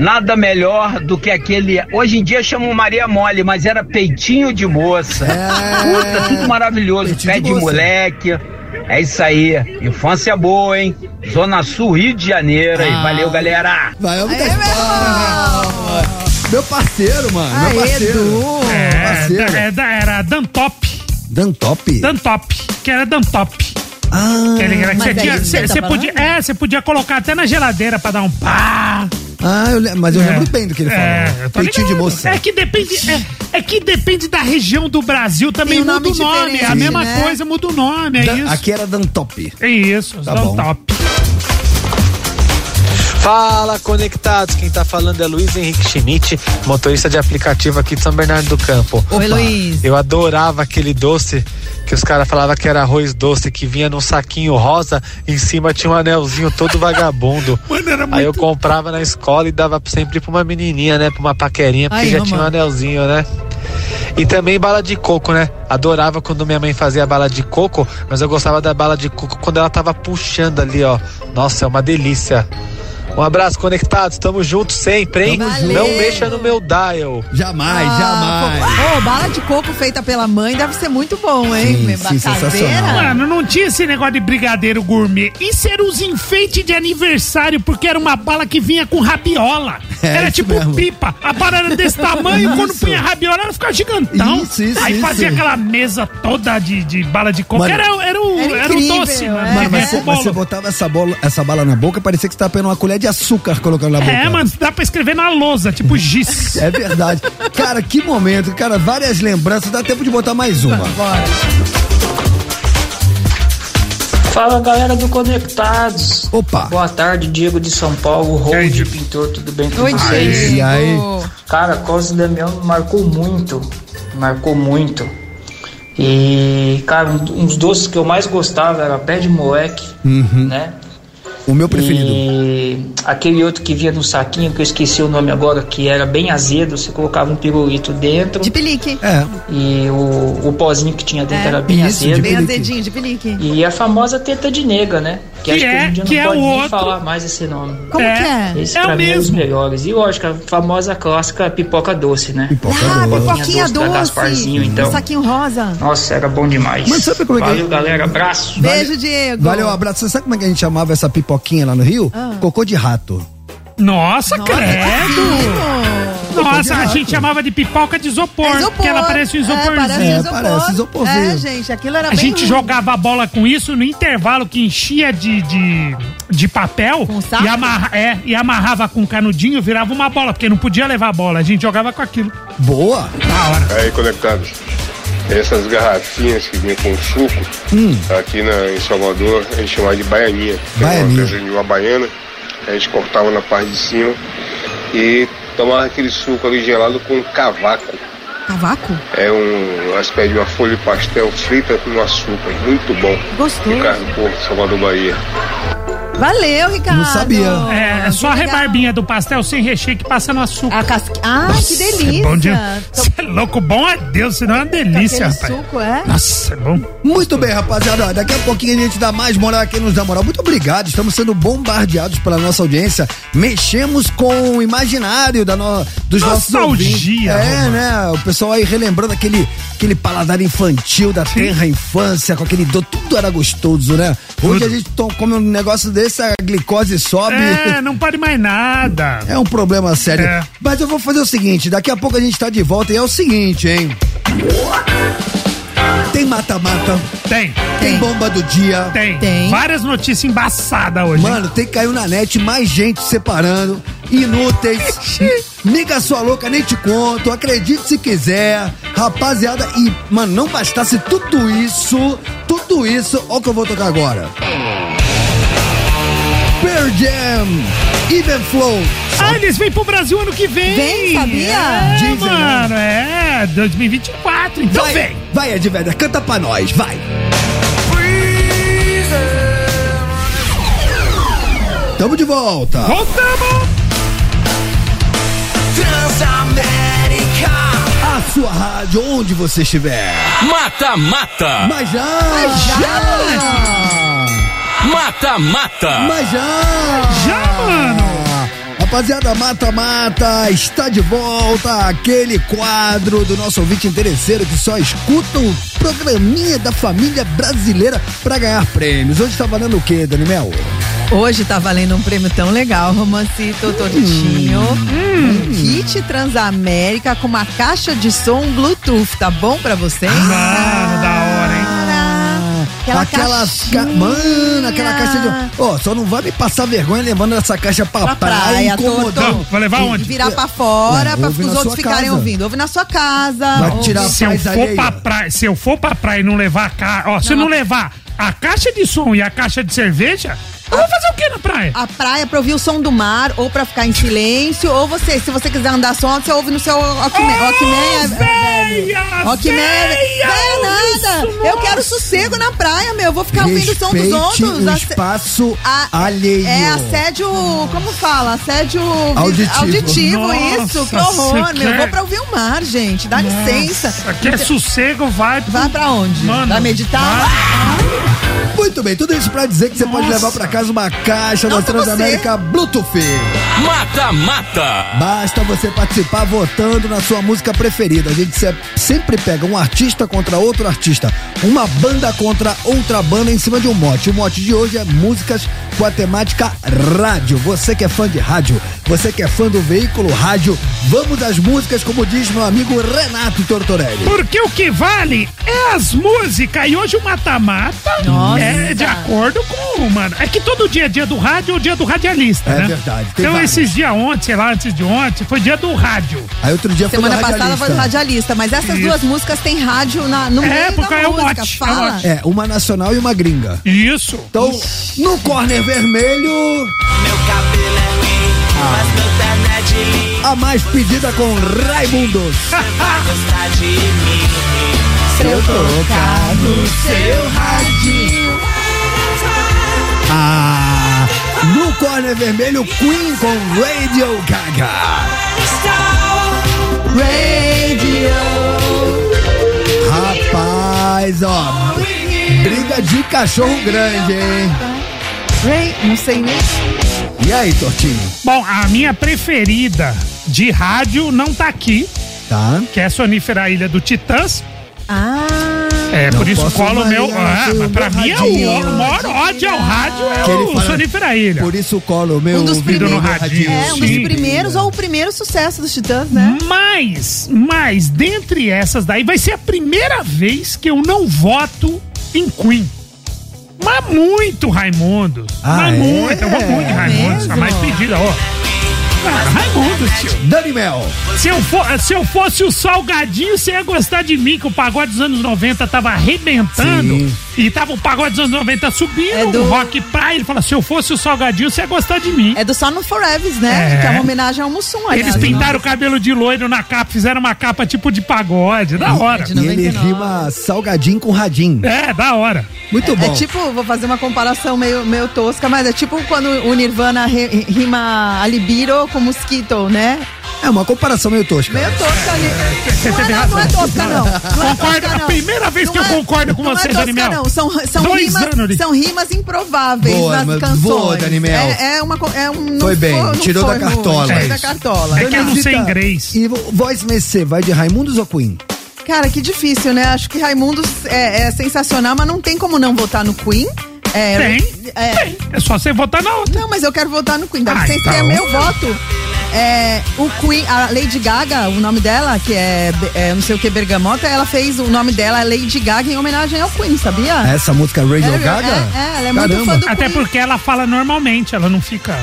Nada melhor do que aquele. Hoje em dia chamam Maria Mole, mas era peitinho de moça. Puta, tudo maravilhoso. É. Peitinho Pé de de, moça. moleque. É isso aí. Infância boa, hein? Zona Sul, Rio de Janeiro. Ah. hein? Valeu, galera. Vai, eu vou Aê, dar meu escola, né? Meu parceiro, mano. Aê, meu parceiro. Edu. É, parceiro. da- é, da- era Dantop. Dan Top? Dantop, que era Dantop. Ah, Que ele- que mas Você é tinha- isso que você- você tá você podia, falando? é, você podia colocar até na geladeira pra dar um pá. ah eu le- mas eu É. lembro bem do que ele falou. É, eu tô Ah, Peitinho de ligado. moça. É que depende, é, é que depende da região do Brasil também Tem um muda nome o nome. É a diferente, mesma né? coisa muda o nome, é Dan- isso. Aqui era Dan Top. É isso, Tá dá um bom. top. Fala, conectados! Quem tá falando é Luiz Henrique Schmidt, motorista de aplicativo aqui de São Bernardo do Campo. Oi, Luiz. Eu adorava aquele doce que os caras falavam que era arroz doce, que vinha num saquinho rosa, em cima tinha um anelzinho todo vagabundo. Aí eu comprava na escola e dava sempre pra uma menininha, né? Pra uma paquerinha, porque Aí, já ó, tinha um mano. anelzinho, né? E também bala de coco, né? Adorava quando minha mãe fazia bala de coco, mas eu gostava da bala de coco quando ela tava puxando ali, ó. Nossa, é uma delícia. Um abraço, conectados. Tamo junto sempre, hein? Tamo junto. Não mexa no meu dial. Jamais, Ah, É, jamais. pô, Ô, bala de coco feita pela mãe deve ser muito bom, hein? Sim, sim, Caseira. sensacional. Mano, não tinha esse negócio de brigadeiro gourmet. Isso era os enfeites de aniversário, porque era uma bala que vinha com rabiola. É, era isso tipo mesmo. pipa. A bala era desse tamanho, quando Isso. punha rabiola, ela ficava gigantão. Isso, isso, Aí isso. fazia aquela mesa toda de, de bala de coco. Mano, era, era, o, era era, o incrível, doce, mano. é. Mano, mas, É, você, o mas você bolo. botava essa, bola, essa bala na boca, parecia que você tava pegando uma colher de açúcar colocando na boca. É, mano, dá pra escrever na lousa, tipo giz. É verdade. Cara, que momento. Cara, várias lembranças. Dá tempo de botar mais uma. Fala galera do Conectados. Opa. Boa tarde, Diego de São Paulo, aí, Rold Diego? Pintor, tudo bem com Oi, vocês? Diego. E aí? Cara, Cosme Damião marcou muito, marcou muito. E, cara, um do- um dos doces que eu mais gostava era pé de moleque, né? O meu Uhum. preferido. E aquele outro que vinha no saquinho, que eu esqueci o nome agora, que era bem azedo, você colocava um pirulito dentro De pelique. É. e o, o pozinho que tinha dentro É, era bem isso, de azedo. Bem pelique. azedinho, de pelique. E a famosa teta de nega, né? Que acho que é- hoje em dia que não é pode o nem outro. falar mais esse nome. Como É. que é? Esse É pra o mim é um dos mesmo. melhores. E lógico, a famosa clássica pipoca doce, né? Ah, pipoquinha Pipoquinha doce da doce. Gasparzinho, então. Um saquinho rosa. Nossa, era bom demais. Mas sabe como é que é? Valeu, galera. Abraço. Beijo, Diego. Valeu, um abraço. Você sabe como é que a gente chamava essa pipoquinha lá no Rio? Ah. Cocô de rato. Nossa, Nossa, credo! que fino. Nossa, a gente chamava de pipoca de isopor, É porque ela parece um É, parece isoporzinho. um É, isopor. parece isoporzinho. É, gente, aquilo era A bem gente ruim. jogava a bola com isso no intervalo que enchia de, de, de papel Com saco? e, amarra, é, e amarrava com canudinho, virava uma bola, porque não podia levar a bola. A gente jogava com aquilo. Boa. Na hora. Aí conectados, essas garrafinhas que vinham com suco, Hum. aqui na, em Salvador, a gente chamava de baianinha. Era Baianinha. Uma peça de uma baiana, a gente cortava na parte de cima e tomava aquele suco ali gelado com cavaco. Cavaco? É um aspecto de uma folha de pastel frita com açúcar. Muito bom. Gostoso. Ricardo Porto, Salvador, Bahia. Valeu, Ricardo. Não sabia. É, é só a Que legal. rebarbinha do pastel sem recheio que passa no açúcar. A casca... Ah, que delícia. É bom de... Tô- Cê é louco, bom a Deus, senão é uma delícia, Aquele rapaz. suco, é? Nossa, é bom. Muito bem, rapaziada. Ó, Daqui a pouquinho a gente dá mais moral a quem nos dá moral. Muito obrigado. Estamos sendo bombardeados pela nossa audiência. Mexemos com o imaginário da no- dos Nostalgia, nossos ouvintes. É, Romano. né? O pessoal aí relembrando aquele, aquele paladar infantil da terra infância, com aquele do tudo era gostoso, né? Hoje Tudo. a gente to- come um negócio desse, a glicose sobe. É, não pode mais nada. É um problema sério. É. Mas eu vou fazer o seguinte: daqui a pouco a gente tá de volta e é o seguinte, hein? Tem Tem mata-mata. É. Tem. Tem bomba do dia. Tem. Tem. Várias notícias embaçadas hoje. Mano, tem que caiu na net, mais gente separando. Inúteis. Miga sua louca, nem te conto. Acredite se quiser. Rapaziada, e, mano, não bastasse tudo isso, tudo isso, olha o que eu vou tocar agora. Pearl Jam, Even Flow. Ah, eles vêm pro Brasil ano que vem. Vem, sabia? É, Dizem, né? mano, é. 2024, então Vai, vem. vai, Edverda, canta pra nós, vai. Tamo de volta. Voltamos. A sua rádio, onde você estiver. Mata, mata. Mas já! Mas já! Mata, mata. Mas já! Já, mano. Rapaziada, Mata Mata está de volta aquele quadro do nosso ouvinte interesseiro que só escuta o programinha da família brasileira pra ganhar prêmios. Hoje tá valendo o quê, Dani Mel? Hoje tá valendo um prêmio tão legal, Romancito Tortinho. Um kit Transamérica com uma caixa de som Bluetooth, tá bom pra Ah, vocês? Mano, da hora, hein? Aquela aquela caixinha. ca- Mano, aquela caixa de. Ó, só não vai me passar vergonha levando essa caixa pra, Pra praia, incomodando. Não, vai levar E onde? virar pra fora, Não, pra os ouve na outros sua ficarem casa. ouvindo. Ouve na sua casa. Vai ouve- tirar a Se eu paz for é alheia. pra praia, se eu for pra praia e não levar a ca... Ó, se eu não levar a caixa de som e a caixa de cerveja, eu vou fazer o que na praia? a praia pra ouvir o som do mar, ou pra ficar em silêncio, ou você, se você quiser andar só, você ouve no seu Walkman. Ô, Walkman é- véia, Walkman é- véia, véia nada! ouve o som. Eu quero sossego na praia, meu. Eu vou ficar ouvindo o som dos Respeite outros. o asse- espaço a- alheio. É assédio, como fala? Assédio vi- Auditivo. auditivo, Nossa, isso. Que horror, você meu. Eu Vou quer? pra ouvir o mar, gente. Dá licença. Aqui é sossego, vai. pro- Vai pra onde? Mano, vai meditar? Muito bem, tudo isso pra dizer que você pode Nossa. levar pra casa uma caixa da Não, pra Transamérica Bluetooth. Mata, mata. Basta você participar votando na sua música preferida. A gente se- sempre pega um artista contra outro artista, uma banda contra outra banda em cima de um mote. O mote de hoje é músicas com a temática rádio. Você que é fã de rádio, você que é fã do veículo rádio, vamos às músicas, como diz meu amigo Renato Tortorelli. Porque o que vale é as músicas. E hoje o mata-mata Nossa. é de acordo com, mano. É que todo dia é dia do rádio ou dia do radialista, É né? verdade, tem Então vários. esses dias ontem, sei lá, antes de ontem, foi dia do rádio. Aí outro dia foi Semana no passada foi radialista. no radialista, mas essas Isso. duas músicas tem rádio na, no É, meio porque da é o música. mote, é o Fala. mote. É, uma nacional e uma gringa. Isso. Então, no corner vermelho, Ah. Meu cabelo é ruim, mas meu terno é de linho. a mais pedida com Raimundos. Vai gostar de mim. Se eu tocar no seu radinho. Ah, no corner vermelho, Queen com Radio Gaga. Rapaz, ó, briga de cachorro grande, hein? Ray, não sei nem. E aí, Tortinho? Bom, a minha preferida de rádio não tá aqui, Tá? que é Sonífera Ilha do Titãs. Ah, É, por isso posso colo o meu. imaginar Ah, que o mas pra meu mim é radinho- o o maior ódio ao rádio Que é ele o fala- Sonífera Ilha. Por isso colo o meu Um dos ouvido primeiros- no radinho. é um dos Sim. Hum. primeiros ou o primeiro sucesso dos Titãs, né? Mas, mas, dentre essas daí, vai ser a primeira vez que eu não voto em Queen. Mas muito, Raimundo. Ah, mas é? muito, eu vou muito, em Raimundo. mesmo? A mais pedida, ó. Ah, Raimundo, tio. Um Dani Mel, Se eu, for- se eu fosse o Salgadinho, você ia gostar de mim, que o pagode dos anos 90 tava arrebentando. Sim. E tava o pagode dos anos 90 subindo, É do- o rock praia. Ele fala: se eu fosse o Salgadinho, você ia gostar de mim. É do Só no Forever, né? É. Que é uma homenagem ao Mussum, Eles aliás, pintaram o cabelo de loiro na capa, fizeram uma capa tipo de pagode. Da hora. É de e ele 99. rima salgadinho com radinho. É, da hora. Muito né? É bom. tipo, vou fazer uma comparação meio, meio tosca, mas é tipo quando o Nirvana ri- rima Alibiro com Mosquito, né? É uma comparação meio é tosca. Meio é tosca ali. Não teve é, não, não é tosca, não. não é Concordo, tosca, não. a primeira vez que Não eu concordo com não você, é tosca, Dani Mel. Não, são, são, Dois anos rimas, de- são rimas improváveis Boa, nas mas- canções. boa, Dani Mel. É, é uma, co- é um, não Foi bem, não tirou da foi ruim, cartola. É Tirou da isso. cartola. É que eu não sei Anitta, inglês. E vo- voz Mercê, vai de Raimundos ou Queen? Cara, que difícil, né? Acho que Raimundo é, é sensacional, mas não tem como não votar no Queen. É, Tem. é, Tem. É só você votar na outra. Não, mas eu quero votar no Queen. Dá Ah, licença, que é então. meu voto. é, o Queen, a Lady Gaga, o nome dela, que é, é não sei o que, Bergamota, ela fez o nome dela, é Lady Gaga, em homenagem ao Queen, sabia? Essa música Radio Gaga? É, é, ela é muito fã do Até porque ela fala normalmente, ela não fica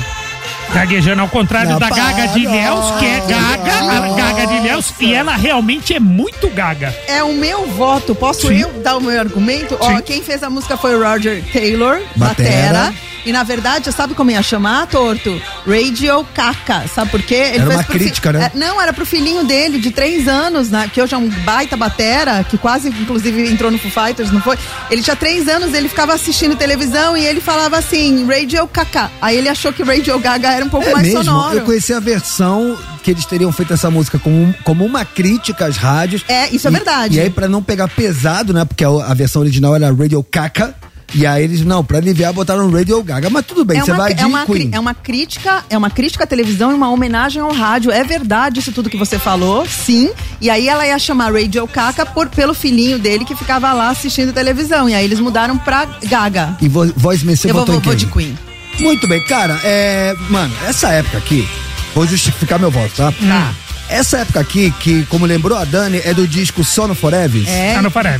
gaguejando, ao contrário Não, da para, Gaga de Ilhéus, que é Gaga, a Gaga de Ilhéus, e ela realmente é muito Gaga. É o meu voto. Posso eu dar o meu argumento? Ó, quem fez a música foi o Roger Taylor, Batera. Batera. E na verdade, sabe como ia chamar, Torto? Radio Caca. Sabe por quê? Ele Era uma pro fi- crítica, né? É, Não, era pro filhinho dele, de três anos, né, que hoje é um baita batera, que quase, inclusive, entrou no Foo Fighters, não foi? Ele tinha três anos, ele ficava assistindo televisão e ele falava assim, Radio Caca. Aí ele achou que Radio Gaga era um pouco É mais mesmo, sonoro. eu conheci a versão que eles teriam feito essa música como, como uma crítica às rádios. É, isso é E- verdade. E aí, pra não pegar pesado, né? Porque a, a versão original era Radio Caca. E aí eles, não, pra aliviar, botaram Radio Gaga. Mas tudo bem, é você uma, vai de é, uma, Queen. cri- é uma crítica, é uma crítica à televisão e uma homenagem ao rádio. É verdade isso tudo que você falou, sim. E aí ela ia chamar Radio Caca por, pelo filhinho dele que ficava lá assistindo televisão. E aí eles mudaram pra Gaga. E vo, Voz Mercê Eu vou- botou em vou- vou quem? de Queen. Muito bem, cara, é... Mano, essa época aqui... Vou justificar meu voto, tá? Tá. Essa época aqui, que como lembrou a Dani, é do disco Sono Forever. É,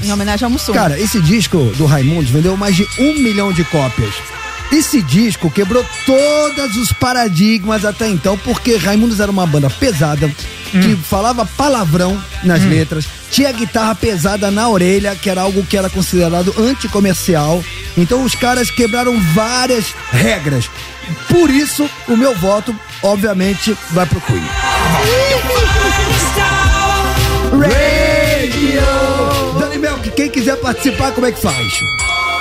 em homenagem ao Mussum. Cara, esse disco do Raimundos vendeu mais de um milhão de cópias. Esse disco quebrou todos os paradigmas até então, porque Raimundos era uma banda pesada, que falava palavrão nas letras, tinha guitarra pesada na orelha, que era algo que era considerado anticomercial. Então os caras quebraram várias regras. Por isso, o meu voto, obviamente, vai pro Queen. Radio! Dani Melk, quem quiser participar, como é que faz?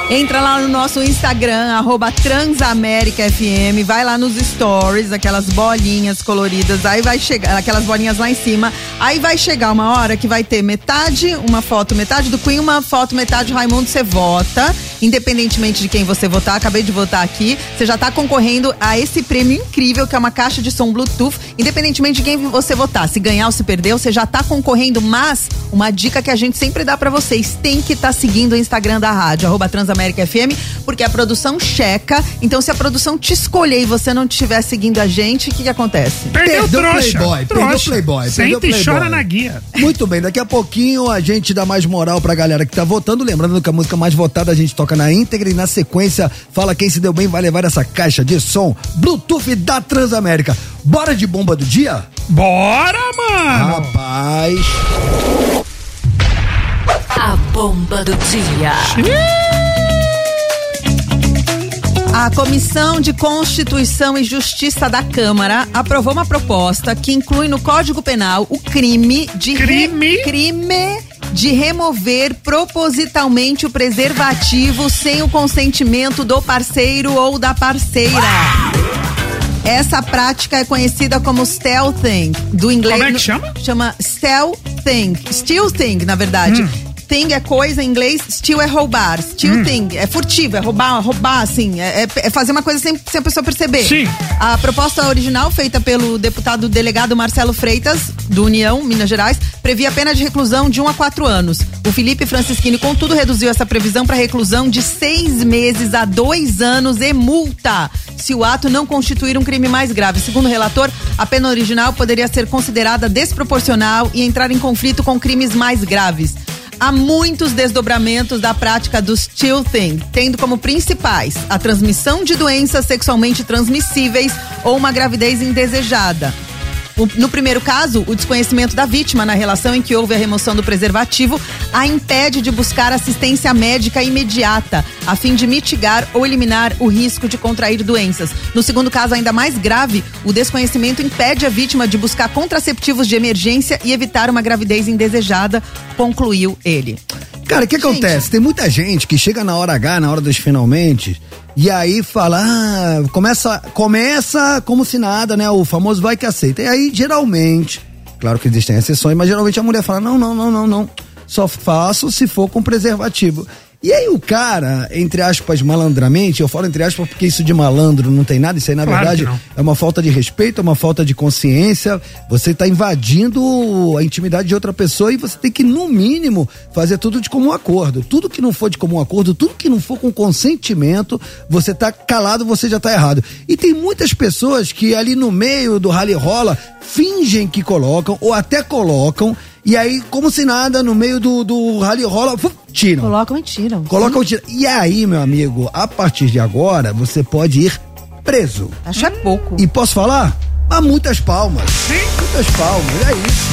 Entra lá no nosso Instagram, arroba TransaméricaFM, vai lá nos stories, aquelas bolinhas coloridas, aí vai chegar, aquelas bolinhas lá em cima, aí vai chegar uma hora que vai ter metade, uma foto metade do Queen, uma foto metade do Raimundo, você vota, independentemente de quem você votar, acabei de votar aqui, você já tá concorrendo a esse prêmio incrível, que é uma caixa de som Bluetooth, independentemente de quem você votar, se ganhar ou se perder, você já tá concorrendo, mas uma dica que a gente sempre dá pra vocês, tem que estar seguindo o Instagram da rádio, arroba Transamérica FM, porque a produção checa, então se a produção te escolher e você não estiver seguindo a gente, o que que acontece? Perdeu o trouxa. Playboy, perdeu Trouxa. Playboy. Senta perdeu e Playboy. chora na guia. Muito bem, daqui a pouquinho a gente dá mais moral pra galera que tá votando. Lembrando que a música mais votada a gente toca na íntegra e na sequência fala quem se deu bem vai levar essa caixa de som Bluetooth da Transamérica. Bora de bomba do dia? Bora, mano! Rapaz. A bomba do dia. A Comissão de Constituição e Justiça da Câmara aprovou uma proposta que inclui no Código Penal o crime de re- crime de remover propositalmente o preservativo sem o consentimento do parceiro ou da parceira. Essa prática é conhecida como stealthing, do inglês. Como é que chama? Chama stealthing. Stealthing, na verdade. Thing é coisa em inglês, steal é roubar. Steal thing é furtivo, é roubar, roubar, assim. É, é- é fazer uma coisa sem, sem a pessoa perceber. Sim. A proposta original, feita pelo deputado delegado Marcelo Freitas, do União, Minas Gerais, previa pena de reclusão de 1 a 4 anos. O Felipe Francisquini, contudo, reduziu essa previsão para reclusão de seis meses a dois anos e multa, se o ato não constituir um crime mais grave. Segundo o relator, a pena original poderia ser considerada desproporcional e entrar em conflito com crimes mais graves. Há muitos desdobramentos da prática do still thing, tendo como principais a transmissão de doenças sexualmente transmissíveis ou uma gravidez indesejada. O- No primeiro caso, o desconhecimento da vítima na relação em que houve a remoção do preservativo a impede de buscar assistência médica imediata, a fim de mitigar ou eliminar o risco de contrair doenças. No segundo caso, ainda mais grave, o desconhecimento impede a vítima de buscar contraceptivos de emergência e evitar uma gravidez indesejada, concluiu ele. Cara, o que acontece? Tem muita gente que chega na hora H, na hora dos finalmente, e aí fala, ah, começa, começa como se nada, né? O famoso vai que aceita. E aí, geralmente, claro que existem exceções, mas geralmente a mulher fala, não, não, não, não, não. Só faço se for com preservativo. E aí o cara, entre aspas, malandramente, eu falo entre aspas porque isso de malandro não tem nada, isso aí na Claro que verdade não. é uma falta de respeito, é uma falta de consciência. Você tá invadindo a intimidade de outra pessoa e você tem que, no mínimo, fazer tudo de comum acordo. Tudo que não for de comum acordo, tudo que não for com consentimento, você tá calado, você já tá errado. E tem muitas pessoas que ali no meio do rally rola fingem que colocam ou até colocam. E aí, como se nada, no meio do, do rally rola, fu- tiram. Colocam um e tiram. Coloca o tiro. E aí, meu amigo, a partir de agora, você pode ir preso. Acho é pouco. E posso falar? Há muitas palmas. Muitas palmas, é isso.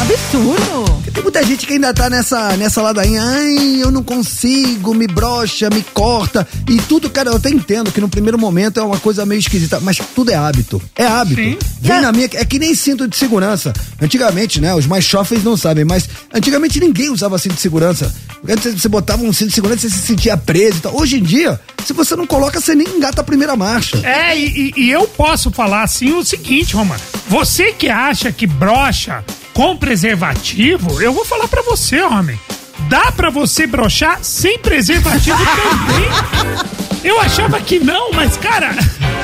Absurdo. Porque tem muita gente que ainda tá nessa, nessa ladainha. Ai, eu não consigo, me brocha, me corta. E tudo, cara, eu até entendo que no primeiro momento é uma coisa meio esquisita, mas tudo é hábito. É hábito. Vem na minha, é que nem cinto de segurança. Antigamente, né? Os mais jovens não sabem, mas antigamente ninguém usava cinto de segurança. Antes você botava um cinto de segurança e você se sentia preso e tal. Hoje em dia, se você não coloca, você nem engata a primeira marcha. É, e, e- e eu posso falar assim o seguinte, Romano. Você que acha que brocha com preservativo, eu vou falar pra você, homem. Dá pra você brochar sem preservativo também. Eu achava que não, mas cara,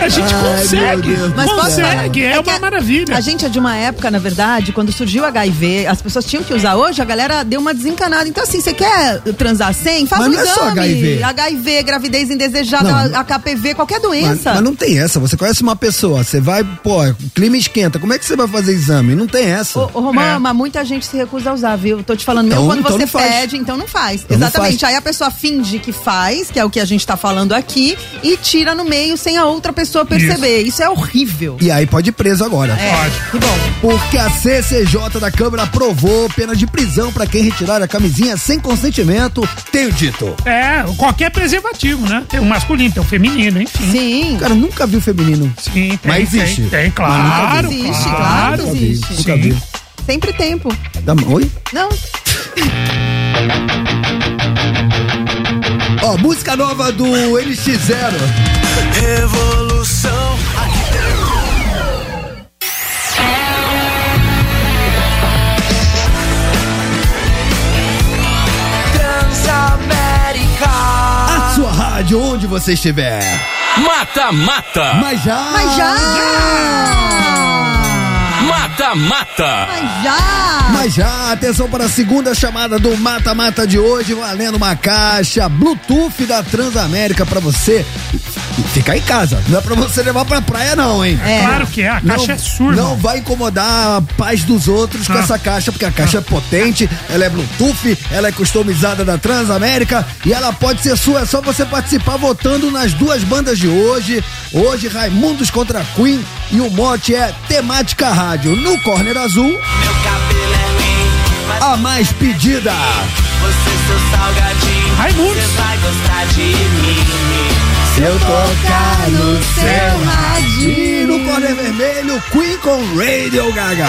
a gente consegue. Mas posso falar? consegue, é, que uma a- maravilha. A gente é de uma época, na verdade, quando surgiu o HIV, as pessoas tinham que usar hoje, a galera deu uma desencanada. Então, assim, você quer transar sem? Faz Mas um não é só exame. HIV. HIV, gravidez Não, indesejada, não- HPV, qualquer Mas, doença. mas não tem essa. Você conhece uma pessoa, você vai, pô, o clima esquenta. Como é que você vai fazer exame? Não tem essa. Ô, Romã, mas muita gente se recusa a usar, viu? Tô te falando, mesmo É. Então- quando então você não faz. pede, então não faz. Então não Exatamente. faz. Aí a pessoa finge que faz, que é o que a gente tá falando aqui, e tira no meio sem a outra pessoa perceber. Isso, é horrível. E aí pode ir preso agora. É, que bom. Porque a CCJ da Câmara aprovou pena de prisão pra quem retirar a camisinha sem consentimento, tenho dito. É, qualquer preservativo, né? Tem o masculino, tem o feminino, enfim. Sim. Cara, nunca vi o feminino. Sim, tem. Mas existe. Tem, tem, claro. Mas nunca vi. existe, claro, Nunca vi, existe. Nunca vi. Sempre tempo. Dá- Oi? Não. Ó, música nova do NX0. Evolução. Transamérica. A sua rádio, onde você estiver. Mata, mata. Mas já. Mas já. Ah! Mata, mata. Mas já. Mas já, atenção para a segunda chamada do Mata Mata de hoje, valendo uma caixa Bluetooth da Transamérica para você ficar em casa. Não é para você levar para praia não, hein? É. Claro que é, a caixa é sua, Não irmão. vai incomodar a paz dos outros com Ah. essa caixa, porque a caixa é potente, ela é Bluetooth, ela é customizada da Transamérica e ela pode ser sua, é só você participar votando nas duas bandas de hoje. Hoje, Raimundos contra Queen e o mote é Temática Rádio. No Corner Azul, é a mais pedida. Você seu salgadinho. Raimundo. Você vai gostar de mim. Se eu tocar no seu radinho. No Corner Vermelho, Queen com Radio Gaga.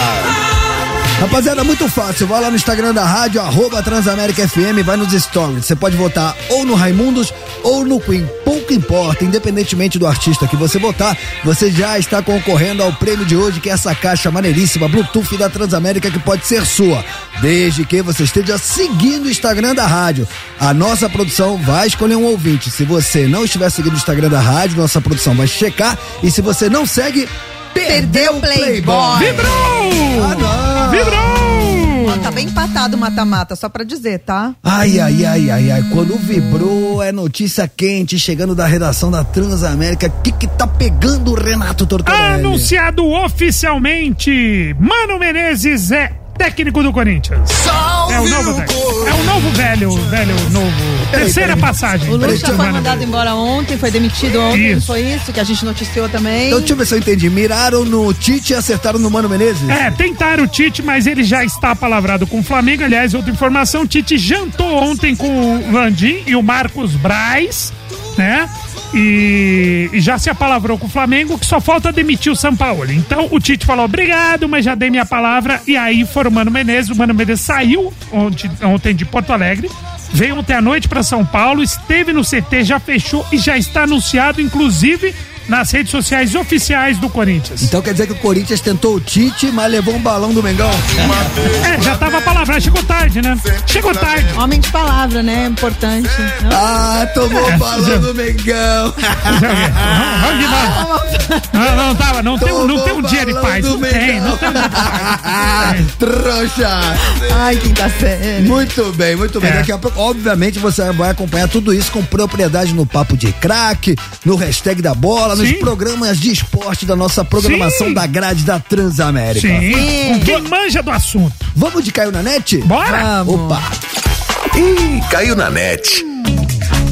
Rapaziada, muito fácil. Vai lá no Instagram da rádio, arroba Transamérica FM, vai nos stories. Você pode votar ou no Raimundos ou no Queen. Pouco importa, independentemente do artista que você votar, você já está concorrendo ao prêmio de hoje, que é essa caixa maneiríssima Bluetooth da Transamérica que pode ser sua. Desde que você esteja seguindo o Instagram da rádio. A nossa produção vai escolher um ouvinte. Se você não estiver seguindo o Instagram da rádio, nossa produção vai checar. E se você não segue, perdeu o Playboy. Vibrou! Ah, não. Vibrou! Ó, tá bem empatado o mata-mata, só pra dizer, tá? Ai, ai, ai, ai, ai, quando vibrou é notícia quente chegando da redação da Transamérica. O que que tá pegando o Renato Ah, Tortorelli? Anunciado oficialmente, Mano Menezes é técnico do Corinthians. é o novo técnico. É o novo velho, velho novo. Terceira passagem. O Peraí, Lucha tio foi Mano mandado Menezes. embora ontem, foi demitido ontem, não Isso. foi isso que a gente noticiou também. Então, deixa eu ver se eu entendi. Miraram no Tite e acertaram no Mano Menezes? É, tentaram o Tite, mas ele já está palavrado com o Flamengo. Aliás, outra informação: o Tite jantou ontem com o Landim e o Marcos Braz, né? E, e já se apalavrou com o Flamengo, que só falta demitir o Sampaoli. Então o Tite falou obrigado, mas já dei minha palavra. E aí foram o Mano Menezes. O Mano Menezes saiu ontem, ontem de Porto Alegre, veio ontem à noite para São Paulo, esteve no CT, já fechou e já está anunciado, inclusive, nas redes sociais oficiais do Corinthians. Então quer dizer que o Corinthians tentou o Tite, mas levou um balão do Mengão. É, já tava palavrado, chegou tarde, né? Chegou tarde. Homem de palavra, né? Importante. Ah, tomou o balão do Mengão. Vamos de novo. Não, não tava, não tem, um- não tem um dia de paz. Não tem, não tem um dia de Trouxa! Ai, quinta série. Muito bem, muito bem. tá É. Daqui a pouco, obviamente, você vai acompanhar tudo isso com propriedade no Papo de Craque, no hashtag da bola, nos Sim. programas de esporte da nossa programação Sim. da grade da Transamérica. Sim. Com Quem manja do assunto. Vamos de Caiu na Net? Bora! Opa! Ih, caiu na net.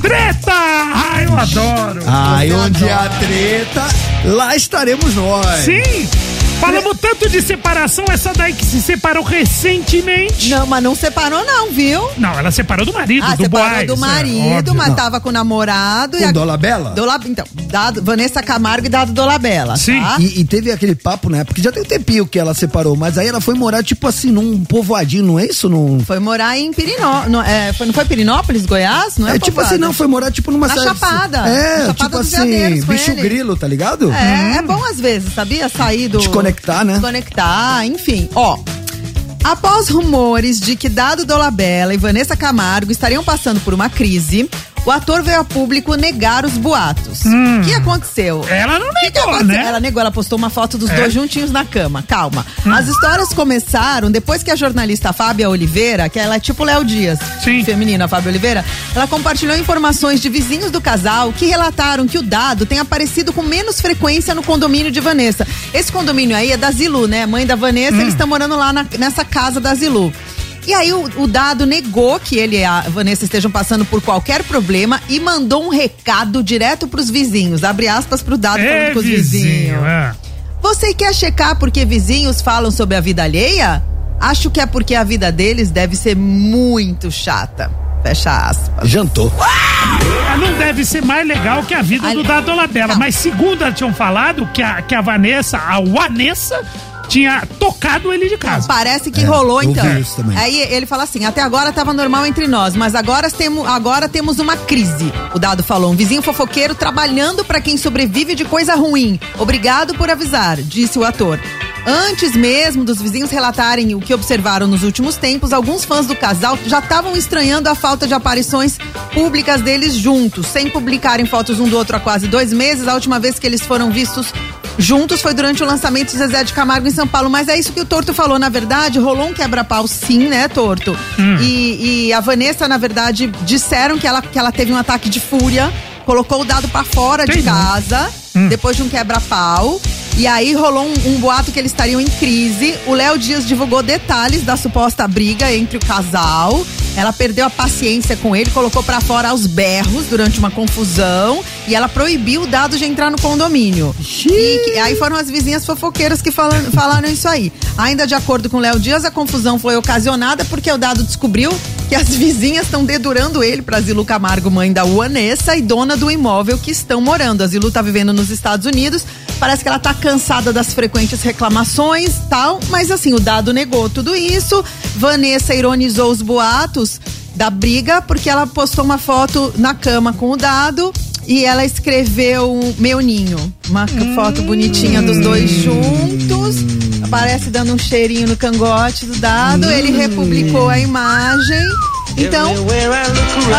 Treta! Ai, eu adoro. Ah. Aí onde há treta, lá estaremos nós. Sim! Falamos tanto de separação, essa daí que se separou recentemente. Não, mas não separou não, viu? Não, ela separou do marido, Ah, do separou Boaz. do né? marido, Óbvio. mas tava com o namorado. Com a- Dolabella? Dola- então, dado, Vanessa Camargo e Dado Dolabella, Sim. tá? E, e teve aquele papo, né? Porque já tem um tempinho que ela separou, mas aí ela foi morar, tipo assim, num povoadinho, não é isso? Num... Foi morar em Pirinópolis, não, é, foi, não foi Pirinópolis, Goiás? Não é, É, tipo Povoada? assim, não, foi morar, tipo, numa Na cidade- Chapada. É, Na Chapada tipo dos assim, Veadeiros, foi bicho ele. grilo, tá ligado? É, é bom às vezes, sabia? Sair do. Desconectar, né? Desconectar, enfim. Ó. Após rumores de que Dado Dolabella e Vanessa Camargo estariam passando por uma crise, o ator veio a público negar os boatos. O que aconteceu? Hum. Ela não O que que negou, aconteceu? né? Ela negou, ela postou uma foto dos É. dois juntinhos na cama. Calma. As histórias começaram depois que a jornalista Fábia Oliveira, que ela é tipo Léo Dias, Sim. feminina Fábia Oliveira, ela compartilhou informações de vizinhos do casal que relataram que o dado tem aparecido com menos frequência no condomínio de Vanessa. Esse condomínio aí é da Zilu, né? Mãe da Vanessa, Hum. eles estão morando lá na- nessa casa da Zilu. E aí o, o dado negou que ele e a Vanessa estejam passando por qualquer problema e mandou um recado direto pros vizinhos, abre aspas pro dado falando É, com os vizinhos. vizinho, é. Você quer checar porque vizinhos falam sobre a vida alheia? Acho que é porque a vida deles deve ser muito chata. Fecha aspas. Jantou. Ah, Ela não deve ser mais legal que a vida do Dado Dolabella. Mas segundo elas tinham falado, que a, que a Vanessa, a Vanessa, tinha tocado ele de casa. Parece que É, rolou eu então. vi isso também. Aí ele fala assim: até agora tava normal entre nós, mas agora temos, agora temos uma crise. O dado falou: um vizinho fofoqueiro trabalhando pra quem sobrevive de coisa ruim. Obrigado por avisar, disse o ator. Antes mesmo dos vizinhos relatarem o que observaram nos últimos tempos, alguns fãs do casal já estavam estranhando a falta de aparições públicas deles juntos, sem publicarem fotos um do outro há quase dois meses. A última vez que eles foram vistos juntos foi durante o lançamento de Zezé de Camargo em São Paulo. Mas é isso que o Torto falou, na verdade, rolou um quebra-pau sim, né, Torto? E, e a Vanessa, na verdade, disseram que ela, que ela teve um ataque de fúria, colocou o dado pra fora de Tem, né? casa, depois de um quebra-pau. E aí rolou um, um boato que eles estariam em crise. O Léo Dias divulgou detalhes da suposta briga entre o casal. Ela perdeu a paciência com ele, colocou pra fora aos berros durante uma confusão e ela proibiu o dado de entrar no condomínio. E que- aí foram as vizinhas fofoqueiras que falam- falaram isso aí. Ainda de acordo com o Léo Dias, a confusão foi ocasionada porque o dado descobriu que as vizinhas estão dedurando ele para Zilu Camargo, mãe da Uanessa e dona do imóvel que estão morando. A Zilu tá vivendo nos Estados Unidos. Parece que ela tá cansada das frequentes reclamações, tal, mas assim, o dado negou tudo isso. Vanessa ironizou os boatos da briga porque ela postou uma foto na cama com o dado e ela escreveu Meu Ninho. Uma foto bonitinha dos dois juntos. Aparece dando um cheirinho no cangote do dado. Ele republicou a imagem. Então,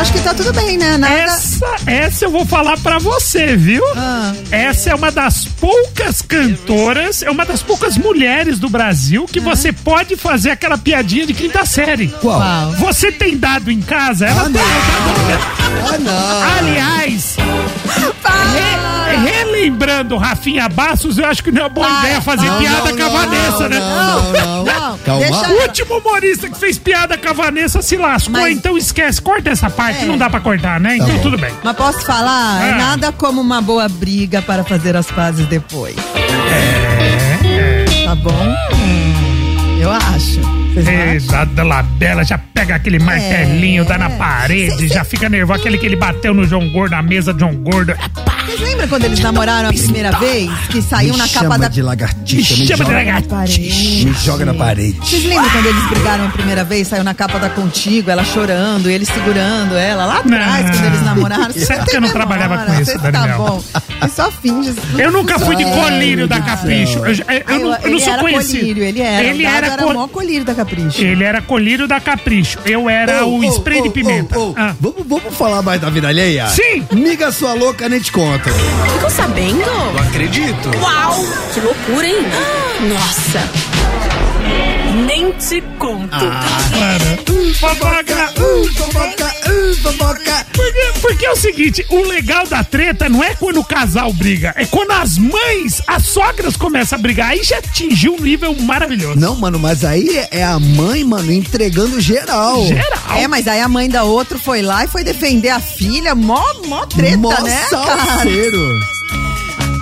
acho que tá tudo bem, né? Nada... Essa, essa eu vou falar pra você, viu? Ah. Essa é uma das poucas cantoras, é uma das poucas mulheres do Brasil que você pode fazer aquela piadinha de quinta série. Qual? Uau. Você tem dado em casa? Ela tem. Ah, não. Aliás, Ah. re- relembrando Rafinha Bastos, eu acho que não é uma boa Para. ideia fazer Não, piada não, com a não, Vanessa, né? Não, não, não. Não, Calma. deixa- O último humorista que fez piada com a Vanessa se lascou, Mas- então esquece. Corta essa parte, É. não dá pra cortar, né? então bom. tudo bem. Mas posso falar? É Ah. Nada como uma boa briga para fazer as pazes depois. Tá bom? Eu acho. É, da, da labela, já pega É. aquele martelinho, dá na parede, já fica nervoso. Aquele que ele bateu no João Gordo, na mesa do João Gordo. Vocês lembram quando eles namoraram a primeira vez? Que saiu Me na chama capa da. de lagartixa, me, chama de joga, lagartixa. me joga na parede. Vocês lembram quando eles brigaram a primeira vez, saiu na capa da Contigo, ela chorando, ele segurando ela lá atrás, quando eles namoraram? Vocês têm Sabe Ah. que eu não memória, trabalhava com isso, vocês Tá Daniel. bom. Eu só finge. Eu nunca fui de Ai, colírio da meu Deus. Capricho. Eu, já- eu Ai, não, eu não ele sou era conhecido. colírio, ele era. Ele O Dado era, era col- mó colírio da Capricho. Ele era colírio da Capricho. Eu era Ô, o ô, spray de ô, pimenta. Ah. ô, ô, vamos, vamos falar mais da vida alheia? Sim! Miga sua louca, nem te conta. Ficou sabendo? acredito. Uau! Que loucura, hein? Ah, Nossa! Nem te conto. Fofoca, uh, fofoca, uh, fofoca. Porque, porque é o seguinte, o legal da treta não é quando o casal briga, é quando as mães, as sogras começam a brigar. Aí já atingiu um nível maravilhoso. Não, mano, mas aí é- é a mãe, mano, entregando geral. É, mas aí a mãe da outra foi lá e foi defender a filha. Mó, mó treta, Mó né, cara? salseiro.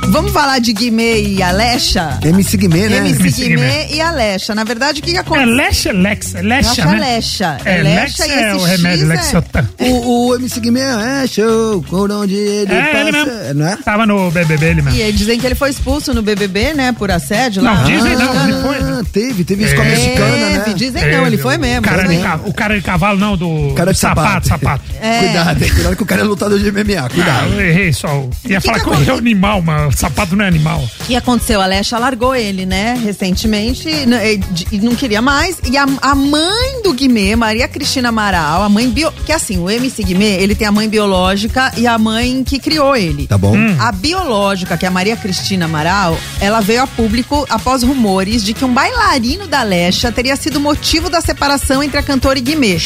Vamos falar de Guimê e Alexa? MC Guimê, né? MC Guimê e Alexa. Na verdade, o que que acontece? É, Alexa, Alexa, Alexa, Alexa, né? Alexa. É, Alexa e é esse o remédio, X né? Lexotan. O, o MC Guimê é show, por onde ele passa. É, ele mesmo. Tava no BBB, ele E mesmo. aí dizem que ele foi expulso no BBB, né, por assédio lá. Não, dizem não, Ah, ele foi. né? É. Teve, teve isso com a mexicana, né? dizem não, ele foi mesmo, O É, cara, foi de, mesmo. ca- o cara de cavalo, não, do Cara de sapato, sapato. sapato. É. Cuidado, cuidado que o cara é lutador de MMA, cuidado. Ah, eu errei só. o- Ia que falar que que eu errei o animal, mas sapato não é animal. O que aconteceu? A Alexa largou ele, né, recentemente, e n- e de- e não queria mais. E a, a mãe do Guimê, Maria Cristina Amaral, a mãe bio... Que assim, o MC Guimê, ele tem a mãe biológica e a mãe que criou ele. Tá bom. Hum. A biológica, que é a Maria Cristina Amaral, ela veio a público após rumores de que um bailarino da Alexa teria sido motivo da separação entre a cantora e Guimê.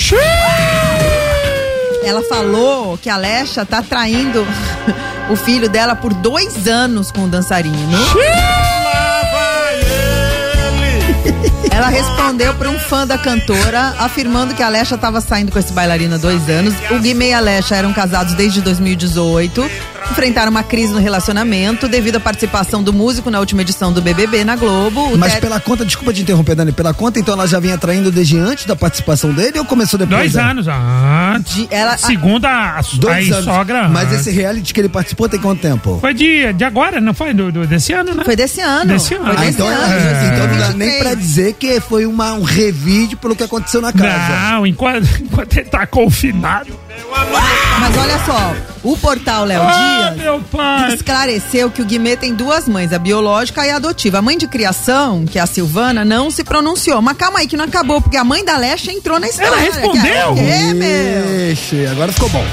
Ela falou que a Alexa tá traindo o filho dela por dois anos com o dançarino. Ela respondeu para um fã da cantora, afirmando que a Alexa estava saindo com esse bailarino há dois anos. O Guimê e a Alexa eram casados desde 2018. Enfrentaram uma crise no relacionamento devido à participação do músico na última edição do BBB na Globo. O Mas Ted- pela conta, desculpa te interromper, Dani, pela conta, então ela já vinha traindo desde antes da participação dele ou começou depois? Dois dela? anos antes. é. ela- Segunda a, a, Dois anos. sogra. né? Mas esse reality que ele participou tem quanto tempo? Foi de, de agora, não foi? Do, do- desse ano, né? Foi desse ano. Desse ano. Ah, então, É. então não dá nem pra dizer que foi uma, um revide pelo que aconteceu na casa. Não, enquanto, enquanto ele tá confinado. Mas olha só, É o portal Léo Ah, Dias meu pai. esclareceu que o Guimê tem duas mães, a biológica e a adotiva. A mãe de criação, que é a Silvana, não se pronunciou. Mas calma aí que não acabou, porque a mãe da Lesha entrou na história. Ela respondeu? Que é, meu. Ixi, agora ficou bom.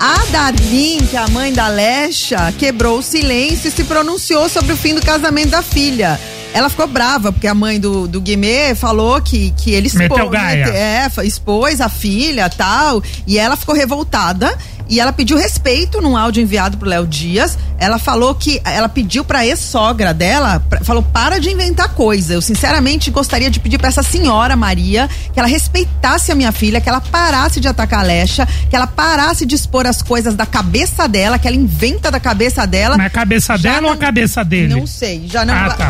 A Darlin, que é a mãe da Lesha, quebrou o silêncio e se pronunciou sobre o fim do casamento da filha. Ela ficou brava, porque a mãe do, do Guimê falou que, que ele expôs, Meteu gaia. é, fa- expôs a filha tal. E ela ficou revoltada. E ela pediu respeito num áudio enviado pro Léo Dias. Ela falou que. Ela pediu pra ex-sogra dela. pra- falou: para de inventar coisa. Eu, sinceramente, gostaria de pedir pra essa senhora, Maria, que ela respeitasse a minha filha, que ela parasse de atacar a Lecha, que ela parasse de expor as coisas da cabeça dela, que ela inventa da cabeça dela. Mas a cabeça dela ou a cabeça dele? Não sei, já não. Ah, tá.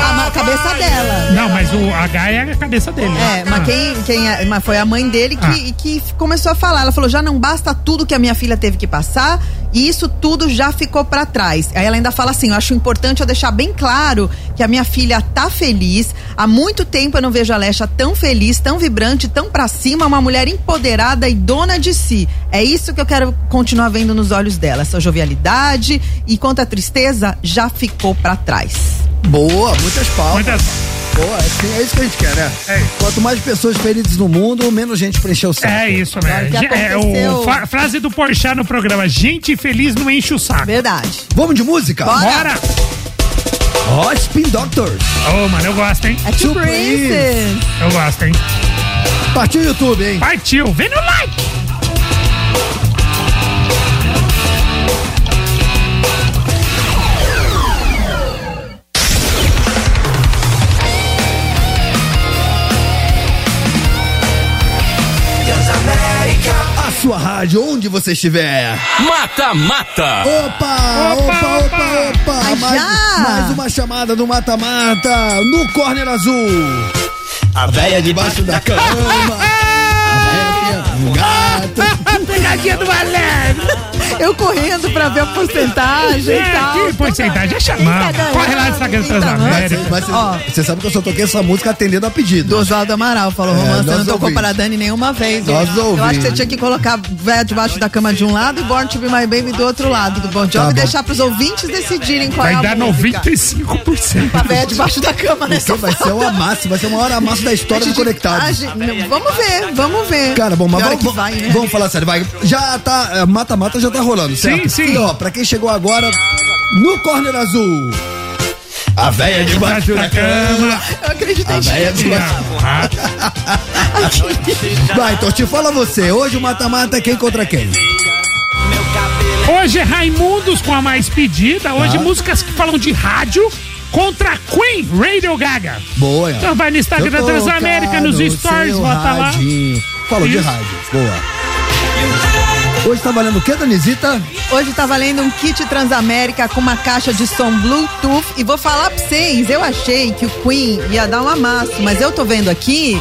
A ma- cabeça dela. Não, mas o H é a cabeça dele. É, mas Ah. quem, quem é- mas foi a mãe dele que, Ah. que começou a falar. Ela falou: já não basta tudo que a minha filha teve que passar, e isso tudo já ficou pra trás. Aí ela ainda fala assim: eu acho importante eu deixar bem claro que a minha filha tá feliz. Há muito tempo eu não vejo a Alexa tão feliz, tão vibrante, tão pra cima, uma mulher empoderada e dona de si. É isso que eu quero continuar vendo nos olhos dela, essa jovialidade. E quanto à tristeza, já ficou pra trás. Boa, muitas palmas. Muitas- Boa, assim, é isso que a gente quer, né? Quanto mais pessoas felizes no mundo, menos gente preencher o saco. É isso, Claro né? que É aconteceu. o fa- frase do Porchat no programa. Gente feliz não enche o saco. Verdade. Vamos de música? Bora! Ó, Spin Doctors. Ô, mano, eu gosto, hein? É Two Princes. Eu gosto, hein? Partiu o YouTube, hein? Partiu, vem no like! A sua rádio, onde você estiver. Mata Mata. Opa, opa, opa, opa. Mas mais, já? mais uma chamada do Mata Mata no Corner Azul. A velha debaixo da cama. Um gato. Pegadinha do Valério. Eu correndo pra ver a porcentagem É, e tal. que porcentagem? É chamar. Corre lá no Instagram do Transamérica. Mas você sabe que eu só toquei essa música atendendo a pedido. Do Oswaldo Amaral falou, romance, você não tocou para a Dani nenhuma vez. É, Nós ó. Eu acho que você ouvimos. tinha que colocar véia debaixo da cama de um lado e Born to Be My Baby do outro lado do Bon Jovi Tá bom. e deixar pros ouvintes decidirem qual é Vai a dar música. 95%. A véia debaixo da cama nessa Então vai ser o amasso, vai ser o maior amasso da história do Conectado. Ah, gente, não, vamos ver, vamos ver. Cara, bom, mas Que hora vamos, que vai, né? vamos falar sério, vai. Já tá, é, mata-mata já tá rolando, certo? Sim, sim. E ó, pra quem chegou agora, no Corner Azul. A véia debaixo da cama. Eu acreditei. A véia debaixo Vai, Torti, fala você. Hoje o mata-mata é quem contra quem? Hoje é Raimundos com a mais pedida. Hoje músicas que falam de rádio contra Queen, Radio Gaga. Boa. Então vai no Instagram da Eu tô Transamérica, nos tocando stories, seu bota lá. radinho. Falou de Isso. rádio. Boa. Hoje tá valendo o que, Danisita? Hoje tá valendo um kit Transamérica com uma caixa de som Bluetooth. E vou falar pra vocês, eu achei que o Queen ia dar um amasso, mas eu tô vendo aqui,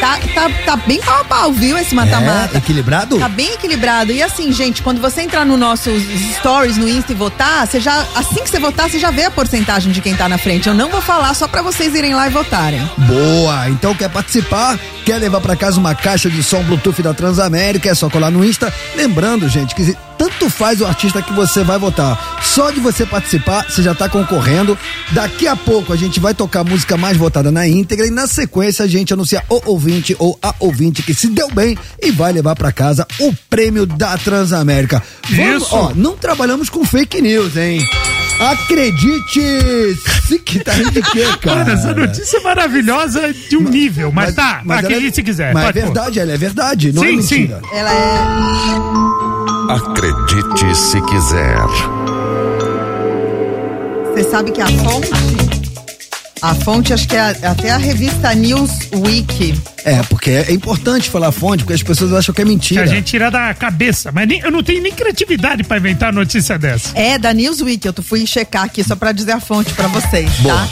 tá, tá, tá bem pau a pau, viu, esse mata-mata. É, equilibrado? Tá bem equilibrado. E assim, gente, quando você entrar no nossos stories no Insta e votar, você já, assim que você votar, você já vê a porcentagem de quem tá na frente. Eu não vou falar só pra vocês irem lá e votarem. Boa! Então quer participar? Quer levar pra casa uma caixa de som Bluetooth da Transamérica? É só colar no Insta. Lembrando, gente, que tanto faz o artista que você vai votar. Só de você participar, você já tá concorrendo. Daqui a pouco a gente vai tocar a música mais votada na íntegra e na sequência a gente anuncia o ouvinte ou a ouvinte que se deu bem e vai levar pra casa o prêmio da Transamérica. Vamos, Isso. ó, não trabalhamos com fake news, hein? Acredite! Se que tá rindo de quê, cara? Mano, essa notícia é maravilhosa de um nível, mas, tá, mas ela é- acredite se quiser. mas é pode pôr. verdade, ela é verdade, não é Sim, mentira. sim. Ela é. Acredite se quiser. Você sabe que é a fonte. A fonte, acho que é a- até a revista Newsweek. É, porque é importante falar a fonte, porque as pessoas acham que é Que mentira. a gente tira da cabeça, mas nem- eu não tenho nem criatividade pra inventar notícia dessa. É, da Newsweek. Eu tô- fui checar aqui só pra dizer a fonte pra vocês, tá?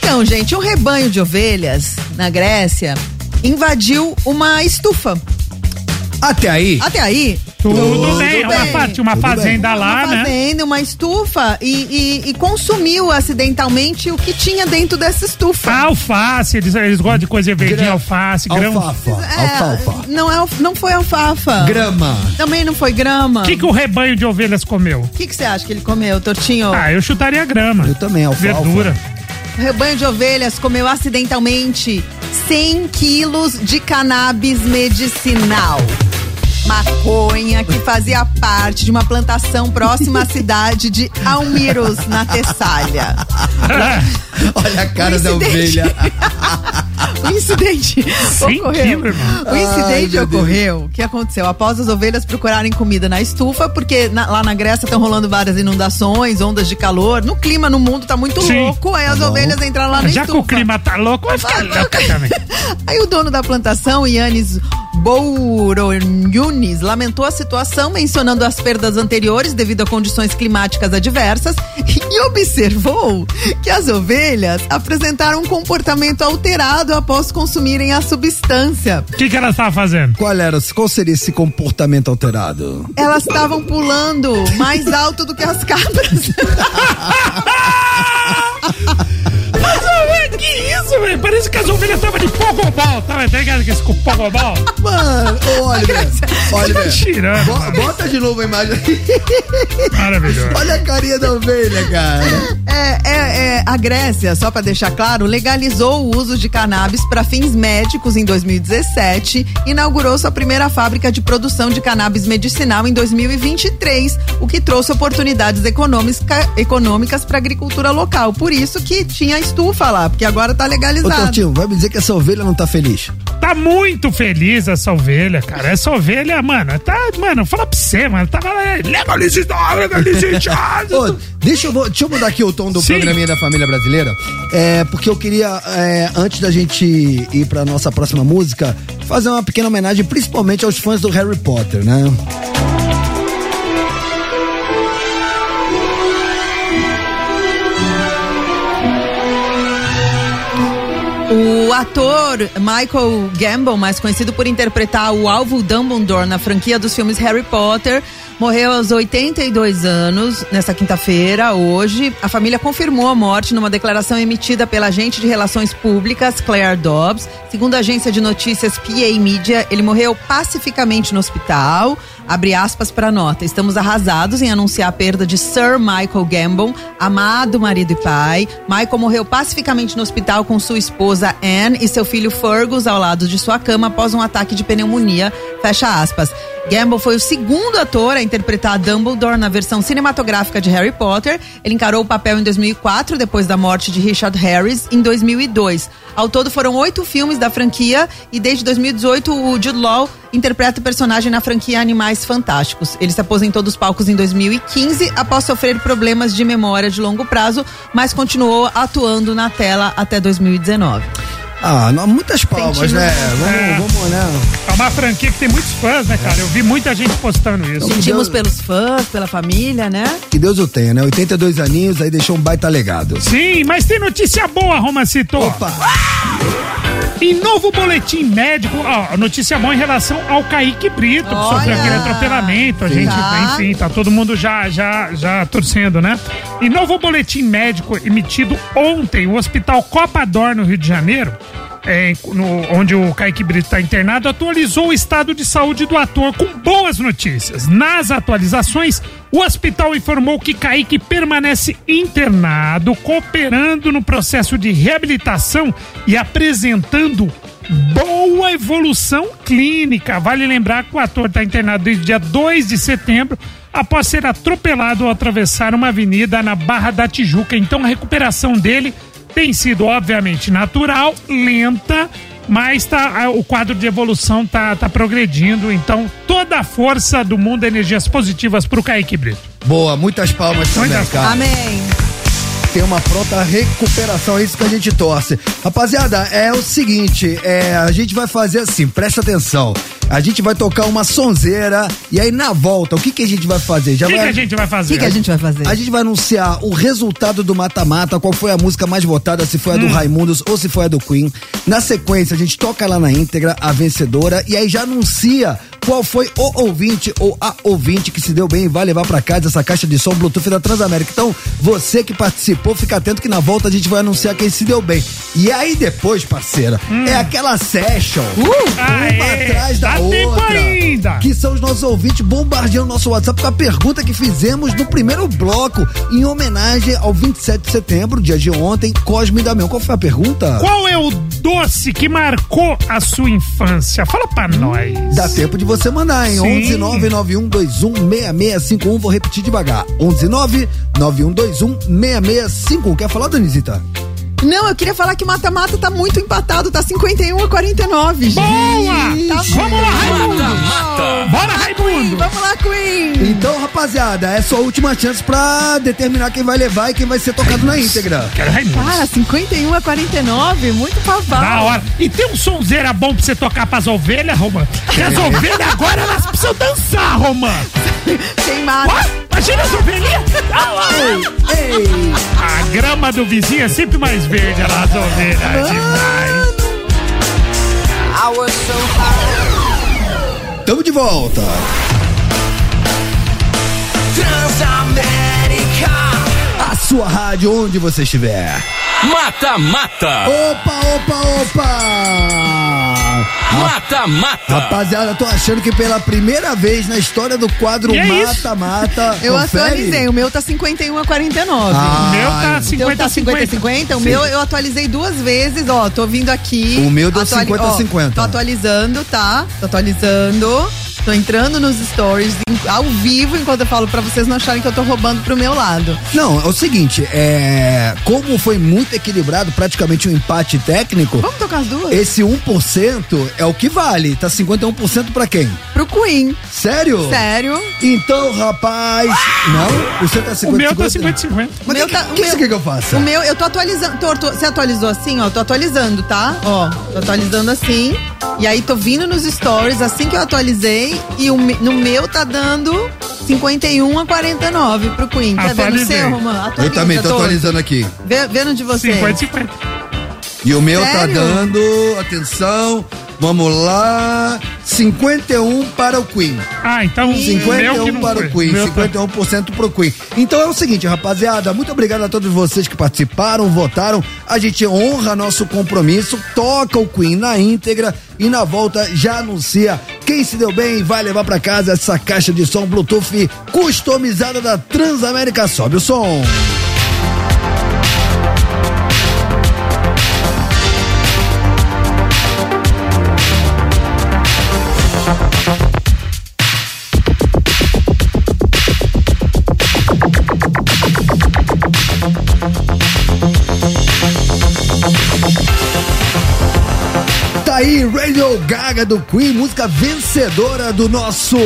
Então, gente, um rebanho de ovelhas na Grécia invadiu uma estufa. Até aí? Até aí? Tudo bem, é uma fa- tinha uma Tudo fazenda bem. É lá, uma né? fazenda, uma estufa e, e- e consumiu acidentalmente o que tinha dentro dessa estufa. Alface, eles, eles gostam de coisa verdinha, alface, grão. Alfafa, alfalfa. Não, é, alf- não foi alfafa. Grama. Também não foi grama. O que, que o rebanho de ovelhas comeu? O que que você acha que ele comeu, Tortinho? Ah, eu chutaria grama. Eu também, alfalfa. Verdura. O rebanho de ovelhas comeu acidentalmente 100 quilos de cannabis medicinal. Maconha que fazia parte de uma plantação próxima à cidade de Almiros, na Tessália. Olha a cara da Coincidente. ovelha. O incidente Sem ocorreu. quilo, irmão. O incidente Ai, meu Deus. ocorreu. O que aconteceu? Após as ovelhas procurarem comida na estufa, porque na- lá na Grécia estão rolando várias inundações, ondas de calor. No clima no mundo tá muito Sim. louco. Aí as Tá bom. ovelhas entraram lá na Já que estufa. o clima tá louco, vai ficar louca também. Aí o dono da plantação, Yannis Bouroniunes, lamentou a situação, mencionando as perdas anteriores devido a condições climáticas adversas e observou que as ovelhas apresentaram um comportamento alterado após consumirem a substância. O que, que ela estava fazendo? Qual era? Qual seria esse comportamento alterado? Elas estavam pulando mais alto do que as cabras. Mas, ué, É que isso, velho? Parece que as ovelhas estavam de pogobol. Tá tá ligado que esse com pogobol? Mano, olha, olha, tá tirando, mano. bota de novo a imagem. Maravilhoso. olha a carinha da ovelha, cara. É, é, é, a Grécia, só pra deixar claro, legalizou o uso de cannabis para fins médicos em 2017 e inaugurou sua primeira fábrica de produção de cannabis medicinal em 2023, o que trouxe oportunidades econômica- econômicas para agricultura local. Por isso que tinha estufa lá, porque agora tá Ô, legalizado. Tortinho, vai me dizer que essa ovelha não tá feliz? Tá muito feliz essa ovelha, cara. Essa ovelha, mano, tá. Mano, fala pra você, mano. Tava lá. Legalizado, legalizado. Ô, deixa, eu, vo- deixa eu mudar aqui o tom do Sim. programinha da família brasileira. É, porque eu queria, é, antes da gente ir pra nossa próxima música, fazer uma pequena homenagem principalmente aos fãs do Harry Potter, né? O ator Michael Gambon, mais conhecido por interpretar o alvo Dumbledore na franquia dos filmes Harry Potter, morreu aos 82 anos nesta quinta-feira, hoje. A família confirmou a morte numa declaração emitida pela agente de relações públicas Claire Dobbs. Segundo a agência de notícias PA Media, ele morreu pacificamente no hospital. Abre aspas para nota. Estamos arrasados em anunciar a perda de Sir Michael Gambon, amado marido e pai. Michael morreu pacificamente no hospital com sua esposa Anne e seu filho Fergus ao lado de sua cama após um ataque de pneumonia. Fecha aspas. Gamble foi o segundo ator a interpretar Dumbledore na versão cinematográfica de Harry Potter. Ele encarou o papel em 2004, depois da morte de Richard Harris, em 2002. Ao todo foram oito filmes da franquia e desde 2018 o Jude Law interpreta o personagem na franquia Animais Fantásticos. Ele se aposentou dos palcos em 2015 após sofrer problemas de memória de longo prazo, mas continuou atuando na tela até 2019. Ah, não, muitas palmas, Sentindo- né? Vamos, É. vamos, né? É uma franquia que tem muitos fãs, né, cara? Eu vi muita gente postando isso. Sentimos pelos fãs, pela família, né? Que Deus o tenha, né? 82 aninhos, aí deixou um baita legado. Sim, mas tem notícia boa, Romancito. Opa! Em novo boletim médico, ó, notícia boa em relação ao Kaique Brito, que sofreu aquele atropelamento. A Sim. gente, Tá. enfim, tá todo mundo já, já, já torcendo, né? Em novo boletim médico emitido ontem, o Hospital Copa Dor, no Rio de Janeiro, é, no- onde o Kaique Brito está internado, atualizou o estado de saúde do ator com boas notícias. Nas atualizações, o hospital informou que Kaique permanece internado, cooperando no processo de reabilitação e apresentando boa evolução clínica. Vale lembrar que o ator está internado desde dia 2 de setembro após ser atropelado ao atravessar uma avenida na Barra da Tijuca. Então a recuperação dele tem sido obviamente natural, lenta, mas tá, a- o quadro de evolução tá, tá progredindo. Então toda a força do mundo, energias positivas para o Kaique Brito. Boa, muitas palmas também, cara. Amém. Tem uma pronta recuperação, é isso que a gente torce. Rapaziada, é o seguinte, é, a gente vai fazer assim, presta atenção. A gente vai tocar uma sonzeira e aí na volta, o que, que a gente vai fazer? O que, que a gente vai fazer? vai fazer? A gente vai anunciar o resultado do mata-mata, qual foi a música mais votada, se foi a do Raimundos ou se foi a do Queen. Na sequência, a gente toca lá na íntegra a vencedora e aí já anuncia qual foi o ouvinte ou a ouvinte que se deu bem e vai levar pra casa essa caixa de som Bluetooth da Transamérica. Então, você que participou, fica atento que na volta a gente vai anunciar quem se deu bem. E aí depois, parceira, é aquela session. uma Aê, atrás da dá outra. tempo ainda. Que são os nossos ouvintes bombardeando o nosso WhatsApp com a pergunta que fizemos no primeiro bloco, em homenagem ao 27 de setembro, dia de ontem, Cosme e Damião. Qual foi a pergunta? Qual é o doce que marcou a sua infância? Fala pra Hum, nós. Dá tempo de você mandar, hein? Sim. 11991216651. Vou repetir devagar. 11991216651. Quer falar, Danisita? Não, eu queria falar que o mata-mata tá muito empatado, tá 51 a 49. Boa! Tá Vamos lá, Raimundo! Bora, Raimundo! Vamos lá, Queen! Então, rapaziada, é sua última chance pra determinar quem vai levar e quem vai ser tocado na íntegra. Cara, 51 a 49, muito pavão. Da hora. E tem um sonzeira bom pra você tocar pras ovelhas, Romã? Que as É. ovelhas agora elas precisam dançar, Romã. Sem mata. Ué? Imagina as ovelhinhas. Ah, A grama do vizinho é sempre mais verde, olha lá, as ovelhas. Ah, Demais. Tamo de volta. Transamérica. A sua rádio, onde você estiver. Mata, mata. Opa, opa, Ah. opa! Mata, mata. Rapaziada, tô achando que pela primeira vez na história do quadro Que é isso? Mata Mata. Eu confere. atualizei, o meu tá 51 a 49. Ah, O meu então tá O teu tá 50 a 50. O Sim. meu eu atualizei duas vezes, ó, tô vindo aqui. O meu deu 50 a ó, 50. Tô atualizando, tá? Tô atualizando. Tô entrando nos stories em- ao vivo enquanto eu falo pra vocês não acharem que eu tô roubando pro meu lado. Não, é o seguinte, é. Como foi muito equilibrado, praticamente um empate técnico. Vamos tocar as duas? Esse 1% é o que vale. Tá 51% pra quem? Pro Queen. Sério? Sério. Então, rapaz. Não? O seu tá 50 O meu tá 50-50. Mas meu que, tá- que, o você meu- quer que eu faça? O meu, eu tô atualizando. Tô, tô- você atualizou assim, ó? Tô atualizando, tá? Ó, tô atualizando assim. E aí tô vindo nos stories assim que eu atualizei. E o, me- no meu tá dando 51 a 49 pro Queen. Tá vendo o Atualizei. seu, Romano? Eu também tô atualizando aqui. Vendo de você. 50, 50. E o meu tá Sério? dando, atenção, vamos lá, 51 para o Queen. Ah, então meu que 51 não para foi. o Queen, Meu tá. 51% pro Queen. Então é o seguinte, rapaziada, muito obrigado a todos vocês que participaram, votaram. A gente honra nosso compromisso, toca o Queen na íntegra e na volta já anuncia quem se deu bem vai levar pra casa essa caixa de som Bluetooth customizada da Transamérica. Sobe o som. Tá aí, Radio Gaga do Queen, música vencedora do nosso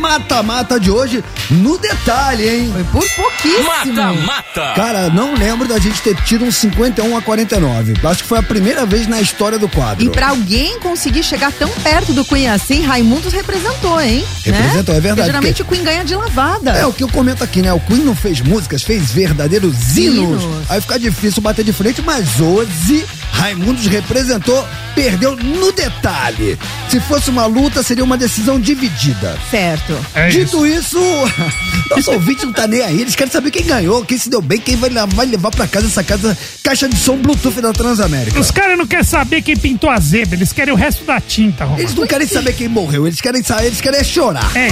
mata-mata de hoje, no detalhe, hein? Foi por pouquíssimo. Mata-mata. Cara, não lembro da gente ter tido um 51 a 49. Acho que foi a primeira vez na história do quadro. E pra alguém conseguir chegar tão perto do Queen assim, Raimundos representou, hein? Né? Representou, é verdade, Porque geralmente porque- o Queen ganha de lavada. É o que eu comento aqui, né? O Queen não fez músicas, fez verdadeiros hinos. Hinos. Aí fica difícil bater de frente, mas hoje Raimundos representou, perdeu no detalhe. Se fosse uma luta, seria uma decisão dividida. Certo. um. É Dito isso, nosso ouvinte não tá nem aí. Eles querem saber quem ganhou, quem se deu bem, quem vai, lá- vai levar pra casa essa casa, caixa de som Bluetooth da Transamérica. Os caras não querem saber quem pintou a zebra, eles querem o resto da tinta, Romano. Eles não querem saber quem morreu, eles querem saber, eles querem é chorar. É.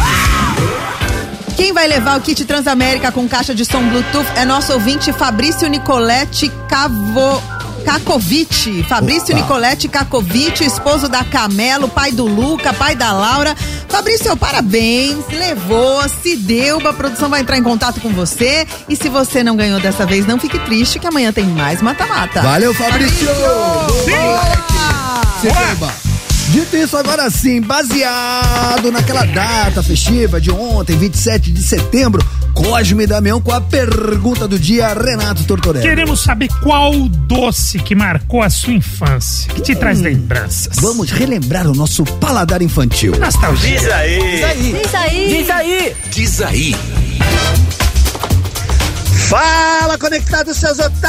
Quem vai levar o kit Transamérica com caixa de som Bluetooth é nosso ouvinte Fabrício Nicoletti Cavo... Kakovic, Fabrício Opa. Nicoletti Kakovic, esposo da Camelo, pai do Luca, pai da Laura. Fabrício, parabéns, levou, se deu, a produção vai entrar em contato com você. E se você não ganhou dessa vez, não fique triste que amanhã tem mais mata-mata. Valeu, Fabrício! Sim. Dito isso, agora sim, baseado naquela data festiva de ontem, 27 de setembro, Cosme Damião com a pergunta do dia, Renato É. Tortorelli. Queremos saber qual doce que marcou a sua infância, que te Hum. traz lembranças. Vamos relembrar o nosso paladar infantil. Nostalgia. Diz aí. Diz aí. Diz aí. Diz aí. Fala, conectados, seus otários!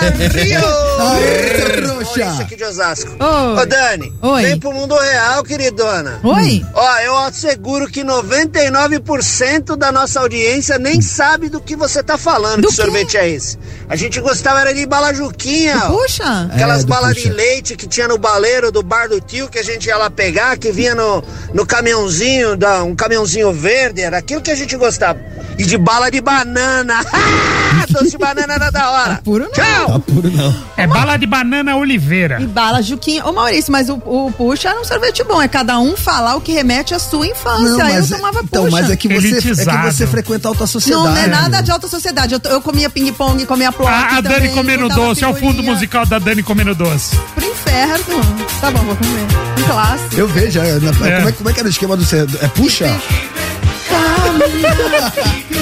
Aê, seu trouxa! Isso aqui de Osasco. Oi. Ô, Dani, Oi. vem pro mundo real, queridona. Oi. Ó, eu asseguro que 99% da nossa audiência nem sabe do que você tá falando, que sorvete é esse. A gente gostava era de balajuquinha. ó. Puxa! Aquelas É, do balas puxa. de leite que tinha no baleiro do bar do tio, que a gente ia lá pegar, que vinha no, no caminhãozinho, da, um caminhãozinho verde, era aquilo que a gente gostava. E de bala de banana. Ah, doce de banana era da hora. Tá puro não. Tchau! puro não. É bala de banana oliveira. E bala Juquinha. Ô Maurício, mas o, o Puxa era um sorvete bom. É cada um falar o que remete à sua infância. Ah, eu tomava então, Puxa. mas é que você, é que você frequenta a alta sociedade. né? Não, não é nada de alta sociedade. Eu, to- eu comia ping-pong, comia plock A, a também, Dani comendo botava doce, é o fundo figurinha. musical da Dani comendo doce. Pro inferno. Tá bom, vou comer. Um clássico. Eu vejo, é, na- Como, é, como é que era o esquema do... ser- É puxa?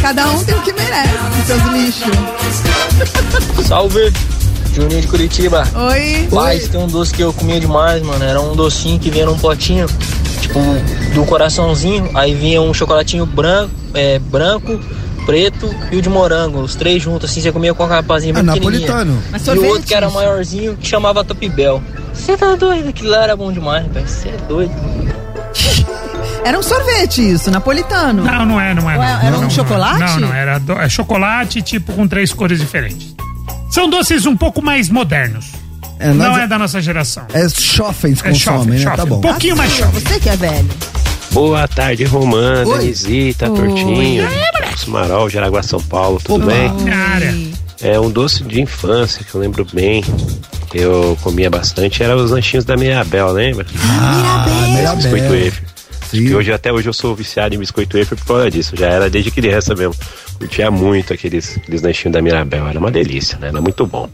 Cada um tem o que merece, seus lixos. Salve! Juninho de Curitiba. Oi. Mas tem um doce que eu comia demais, mano. Era um docinho que vinha num potinho, tipo, do coraçãozinho. Aí vinha um chocolatinho branco, é, branco, preto e o de morango. Os três juntos, assim, você comia com a capazinha É Ah, bem pequenininha. napolitano. Mas E o sorvete, outro que era isso. maiorzinho, que chamava Top Bell. Você tá doido? Aquilo lá era bom demais, velho. Você é doido. Era um sorvete isso, napolitano. Não, não é, não Ué, é. não, era não, um não, chocolate? Não, não, era do- é chocolate, tipo, com três cores diferentes. São doces um pouco mais modernos. É, nós- não é da nossa geração. É chofens É chofens, consomem, né? Tá chofens. bom. Um pouquinho mais Assim, Você que é velho. Boa tarde, Romã, Oi. Denisita, Oi. Tortinho, Marol, Jaraguá, São Paulo, tudo bem? É Hum, É um doce de infância que eu lembro bem. Eu comia bastante, era os lanchinhos da Mirabel, lembra? Ah, Mirabel. Biscoito Eiffel. E hoje, até hoje eu sou viciado em biscoito Eiffel por causa disso. Já era desde criança mesmo. Curtia muito aqueles, aqueles lanchinhos da Mirabel. Era uma delícia, né? Era muito bom.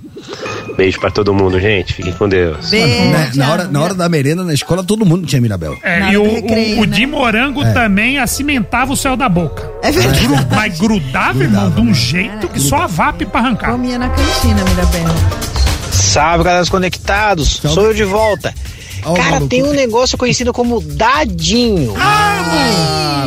Beijo pra todo mundo, gente. Fiquem com Deus. É, Na, na hora, na hora da merenda na escola, todo mundo tinha Mirabel. É, e o, o- o né? de morango também acimentava o céu da boca. É verdade. né? Mas grudava, irmão, de um jeito que só a VAP pra é? arrancar. Comia na cantina, Mirabel. Salve, galera conectados. Sou eu de volta. Cara, tem um Ah, negócio conhecido como dadinho.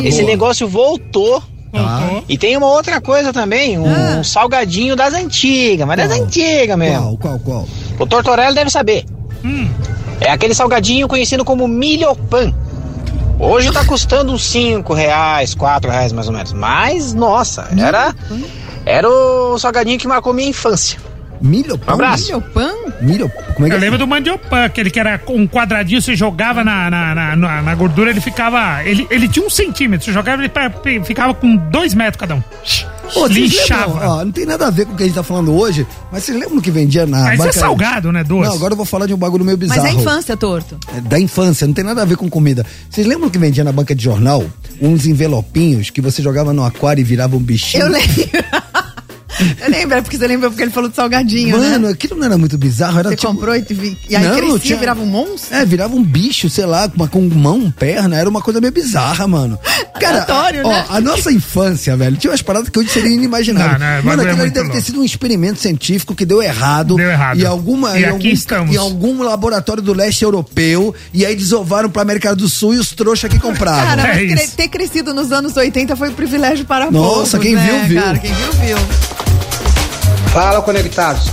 Esse negócio voltou Tá. E tem uma outra coisa também, um salgadinho das antigas, mas das antigas mesmo. Qual, qual, qual? O Tortorello deve saber. É aquele salgadinho conhecido como milho pan. Hoje tá custando uns 5 reais, 4 reais mais ou menos. Mas, nossa, era, era o salgadinho que marcou minha infância. Milho Um abraço. Milhopan? Milho, como é que Eu é? lembro do mandiopan, aquele que era com um quadradinho, você jogava na, na, na, na- na gordura, ele ficava. Ele, ele tinha um centímetro, você jogava ele pra- pra- ficava com dois metros cada um. Ô, vocês lembram, Ah, Linchava. ó, não tem nada a ver com o que a gente tá falando hoje, mas vocês lembram que vendia na. Mas isso é Bacaria? salgado, né, doce? Não, agora eu vou falar de um bagulho meio bizarro. Mas é infância, torto. É, Da infância, não tem nada a ver com comida. Vocês lembram que vendia na banca de jornal uns envelopinhos que você jogava no aquário e virava um bichinho? Eu lembro. Eu lembro, é porque você lembra porque ele falou do salgadinho, né? Mano, aquilo não era muito bizarro, era Você tipo... comprou e, vi- e aí Não, crescia, tinha- virava um monstro? É, virava um bicho, sei lá, com, uma, com mão, um perna, era uma coisa meio bizarra, mano. Cara, Aleatório, ó, né? a nossa infância, velho, tinha umas paradas que hoje seria inimaginável. Não, não, bagulho mano, é aquilo ali muito deve ter louco. sido um experimento científico que deu errado. Deu errado. E, alguma, E em aqui algum, estamos. Em algum laboratório do leste europeu, e aí desovaram pra América do Sul e os trouxas que compraram. Cara, mas cre- ter crescido nos anos 80 foi um privilégio para poucos, Nossa, quem né, viu, viu. Cara, quem viu, viu. Fala, conectados.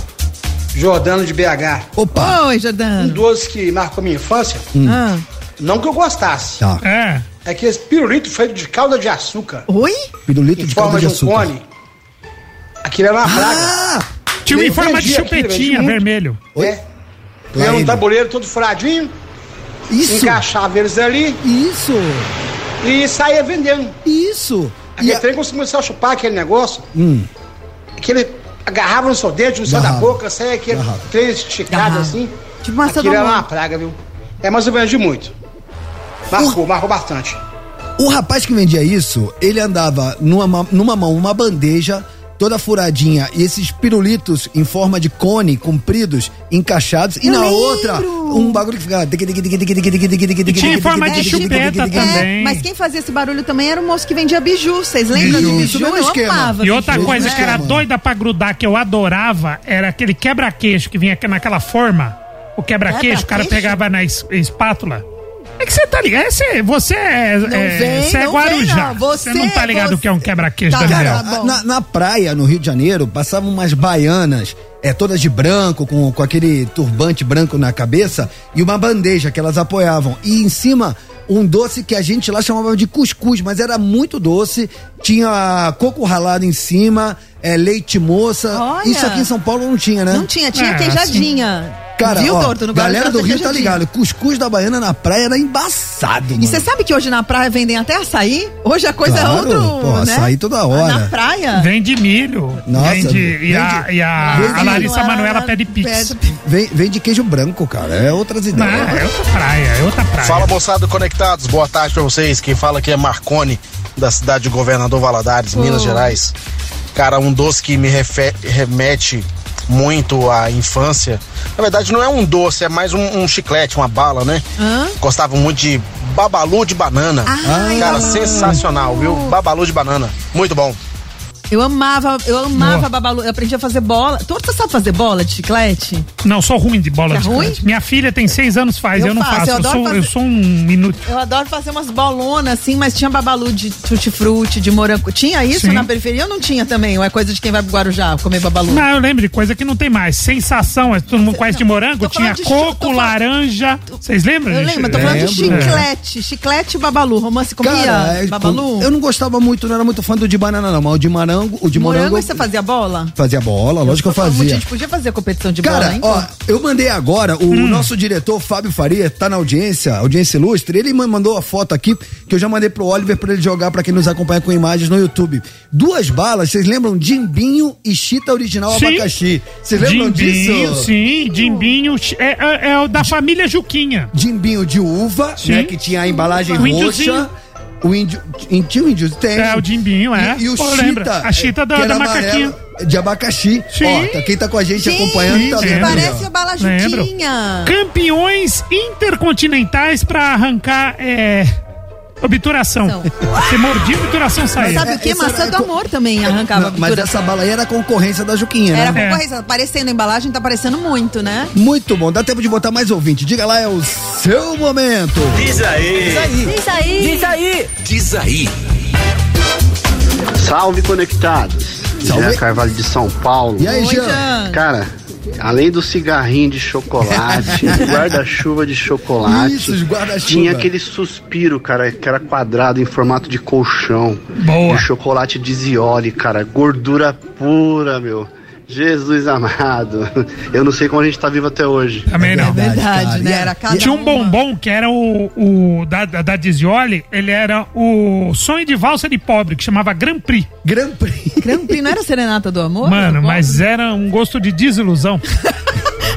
Jordano de BH. Ah. Opa! Oi, Ah. Jordano. Um doce que marcou minha infância. Hum. Não que eu gostasse. Tá. É. É que esse pirulito feito de calda de açúcar. Oi? Pirulito Em de forma calda de de um açúcar. Ah, cone. Aquilo era uma praga. Tinha um em Eu forma de vendia aquilo, vendia chupetinha muito. vermelho. É. Era um tabuleiro todo furadinho. Isso. Encaixava eles ali. Isso. E saía vendendo. Isso. Aquele trem quando você começou a chupar aquele negócio, Hum. aquele agarrava no seu dedo, no céu da Agarrava. boca, saia aquele Agarrava. trem esticado Agarrava. assim. Tipo maçã Aquilo do era amor. uma praga, viu? É mais ou menos de muito. Marcou, marcou bastante. O rapaz que vendia isso, ele andava numa, ma- numa mão uma bandeja toda furadinha e esses pirulitos em forma de cone compridos encaixados e Eu na lembro. outra um bagulho que ficava E tinha em forma de chupeta também. É, Mas quem fazia esse barulho também era o moço que vendia biju. Vocês lembram Biju. de Isso, biju? mesmo Eu esquema. amava. E outra biju, coisa né? que era doida pra grudar, que eu adorava, era aquele quebra-queixo que vinha naquela forma. O quebra-queixo, o cara Quebra-queixo? pegava na es- espátula. É que você tá ligado, é, você, você é, Não é- vem, você é não Guarujá. vem, não. Você- Você não tá ligado o que é um quebra-queixo, Tá, Daniel. tá bom. na, na praia, no Rio de Janeiro, passavam umas baianas, é, todas de branco, com, com aquele turbante branco na cabeça, e uma bandeja que elas apoiavam. E em cima, um doce que a gente lá chamava de cuscuz, mas era muito doce, tinha coco ralado em cima, é, leite moça. Olha. Isso aqui em São Paulo não tinha, né? Não tinha, tinha É, queijadinha. Cara, Viu, ó, torto? é No Guarujá galera do tem Rio tá queijadinha. ligado, cuscuz da baiana na praia era embaçado, mano. E você sabe que hoje na praia vendem até açaí? Hoje a coisa Claro, é outro, pô, né? açaí toda hora. Na praia? Vem de milho. Nossa, vem de, e a, vende- e a, vende- a Larissa Lá, Manoela pede pizza. ah, pede- Vem, vem de queijo branco, cara, é outras Não, ideias. é outra praia, é outra praia. Fala moçada conectados, boa tarde pra vocês. Quem fala aqui é Marcone, da cidade de Governador Valadares, Minas Gerais. Cara, um doce que me refe- remete muito à infância. Na verdade, não é um doce, é mais um, um chiclete, uma bala, né? Hã? Gostava muito de babalu de banana. Ai, Cara, babalu. sensacional, viu? Babalu de banana. Muito bom. Eu amava, eu amava babalu. Eu aprendi a fazer bola. Torto, você sabe fazer bola de chiclete? Não, sou ruim de bola Você é de ruim? chiclete. Minha filha tem seis anos, faz, eu, Eu não faço, faço. eu Eu, adoro sou, eu fazer- sou um minuto. Eu adoro fazer umas bolonas assim, mas tinha babalu de tutti-frutti, de morango. Tinha isso Sim. na periferia? Eu não tinha também. Ou é coisa de quem vai pro Guarujá comer babalu? Não, eu lembro de coisa que não tem mais. Sensação, é, todo mundo conhece de morango, tô tinha falando de chi- tô coco, falando- laranja. Vocês lembram? Eu gente? lembro, eu tô falando de Lembro. chiclete. Chiclete e babalu. Romance comia Cara, é, babalu? eu não gostava muito, não era muito fã do de banana, não, mas o de morango, o de morango, morango. você fazia bola? Fazia bola, lógico que eu falando, fazia. gente podia fazer competição de bola, Cara, hein? Hum. ó, eu mandei agora, o nosso diretor Fábio Faria tá na audiência, audiência ilustre, ele me mandou a foto aqui que eu já mandei pro Oliver pra ele jogar pra quem nos acompanha com imagens no YouTube. Duas balas, vocês lembram? Jimbinho e Chita Original Sim. Abacaxi. Vocês lembram Jimbinho, disso? sim, Jimbinho. É, é, é o da família Juquinha. Jimbinho de uva, Sim. né, que tinha a embalagem O índiozinho. roxa. O índio, tinha o índio, tem. É, o Jimbinho, é. E, e o Pô, Chita. é, lembra? A Chita da- que era da macaquinha. amarela, De abacaxi. Sim. Ó, tá- quem tá com a gente, acompanhando tá lembro. vendo. parece ó. a bala Lembro. juntinha. Campeões intercontinentais pra arrancar é, obturação. Não. Você mordia, obturação saiu. Sabe o que? essa Maçã era- do amor também arrancava. Não, mas pintura. essa bala aí era a concorrência da Juquinha, Era né? É. concorrência. Aparecendo a embalagem, tá aparecendo muito, né? Muito bom, dá tempo de botar mais ouvinte. Diga lá, é o seu momento. Diz aí. Diz aí. Diz aí. Salve Conectados. Salve. Jean Carvalho de São Paulo. E aí, Oi, Jean? Jean. Cara, além do cigarrinho de chocolate, do guarda-chuva de chocolate, Isso, os guarda-chuva. tinha aquele suspiro, cara, que era quadrado em formato de colchão. Boa. E o chocolate de Zioli, cara, gordura pura, meu. Jesus amado. Eu não sei como a gente tá vivo até hoje. Também É não. Verdade, né? Era cada Tinha um bombom que era o, o da, da, da Dizioli, ele era o sonho de valsa de pobre, que chamava Grand Prix. Grand Prix. Grand Prix não era Serenata do Amor? Mano, Bom, mas era um gosto de desilusão.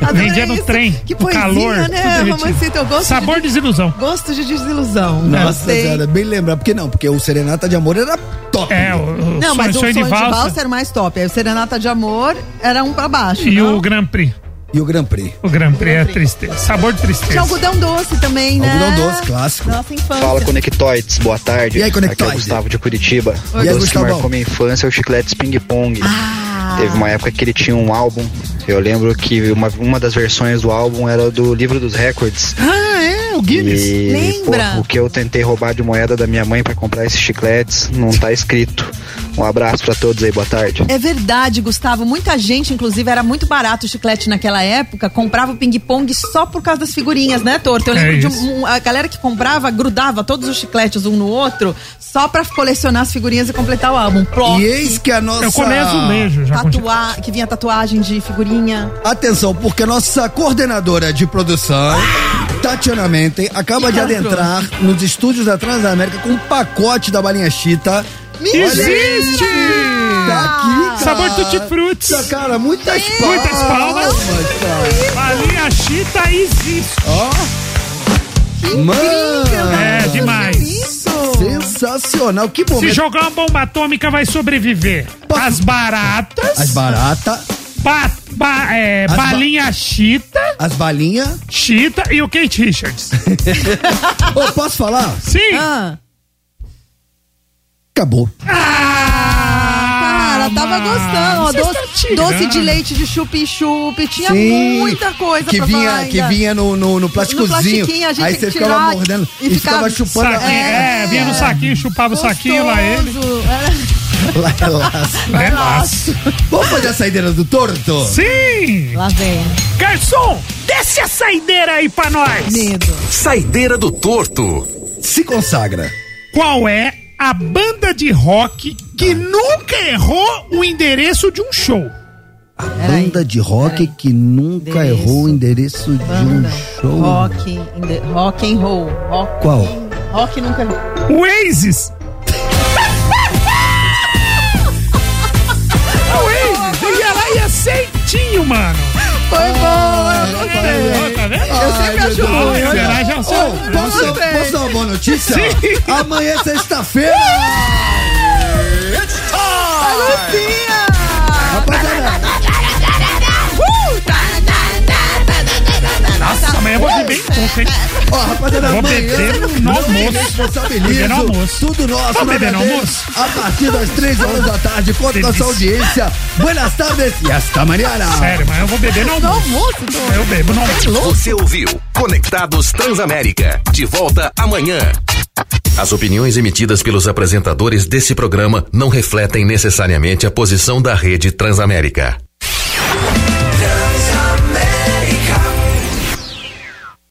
adorei Vendia no é isso. trem. Que no poesia, calor. né? tudo Romancito, eu direitinho. gosto Sabor de- desilusão. Gosto de desilusão. Nossa, Gostei. senhora, bem lembrar, porque não, porque o Serenata de Amor era top. É, o, o Não, sonho, mas o sonho de valsa. era mais top. Aí o Serenata de Amor era um pra baixo. E não? o Grand Prix. E o Grand Prix. O Grand Prix é tristeza. Sabor de Tinha tristeza. algodão doce também, né? Algodão doce, clássico. Nossa infância. Fala Conectoides, boa tarde. E aí, Conectoides? Aqui é o Gustavo de Curitiba. Oi, E aí, o doce que Gustavão? marcou minha infância é o chicletes Ping Pong. Ah. Ah. Teve uma época que ele tinha um álbum. Eu lembro que uma, uma das versões do álbum era do livro dos recordes. Ah, é, o Guinness. E, Lembra? pô, o que eu tentei roubar de moeda da minha mãe pra comprar esses chicletes não tá escrito. Um abraço pra todos aí, boa tarde. É verdade, Gustavo. Muita gente, inclusive, era muito barato o chiclete naquela época, comprava o ping-pong só por causa das figurinhas, né, Torto? Eu É lembro de isso. um, um- a galera que comprava, grudava todos os chicletes um no outro, só pra colecionar as figurinhas e completar o álbum. Plop, E eis que a nossa. Eu comei azulejo já. com chiclete. tatua... que vinha tatuagem de figurinha. Atenção, porque a nossa coordenadora de produção, Tatiana Menten, acaba de Entrou. adentrar nos estúdios da Transamérica com um pacote da balinha Chita. Existe! Tá Ah. aqui, cara. Tá, Sabor tutti frutti. Cara, muitas palmas. Muitas palmas. cara. Balinha chita existe. Ó. Mano, É demais. Isso! sensacional. Que Se momento. jogar uma bomba atômica, vai sobreviver. As baratas. As baratas, ba- ba- é, As ba- balinha chita. as balinhas. Chita e o Kate Richards. Ô, posso falar? Sim. Ah, Acabou. Ah, cara, tava mano, gostando. ó, vocês doce, tão tirando. doce de leite de chup-chup, tinha Sim, muita coisa que pra vinha, falar ainda. Que vinha no, no, no plásticozinho. plastiquinho, a gente tinha aí você que ficava tirar mordendo e e ficava ficava- chupando. Saquinho, é, vinha no saquinho, chupava o saquinho lá ele. Gostoso, é. era- Lá, lá. É massa. Vamos fazer a saideira do torto? Sim! Lá vem. Garçom, desce a saideira aí pra nós! Medo. Saideira do torto. Se consagra. Qual é a banda de rock que nunca errou o endereço de um show? Peraí. Banda de rock que nunca Endereço. errou o endereço Banda. de um show. Rock, in the- rock and roll. Rock, Qual? rock nunca errou. O Oasis! o Oasis! E ela ia certinho, mano! Foi boa! É, tá vendo? Eu sempre meu acho Deus ruim. do céu. Será já Ô, sou? posso, posso dar uma boa notícia? Sim. Amanhã é sexta-feira. Rapaziada, Nossa, amanhã eu vou vir bem pouco, hein? ó, rapaziada, Vou amanhã. beber no almoço. Beber Responsabilizo. no almoço. Tudo nosso. Vamos beber nada no deles. almoço? A partir das 3 horas da tarde, conta com a sua Delícia. audiência. Buenas tardes e hasta mañana. Sério, mas eu vou beber no almoço. Eu bebo no almoço. Você ouviu Conectados Transamérica. De volta amanhã. As opiniões emitidas pelos apresentadores desse programa não refletem necessariamente a posição da Rede Transamérica.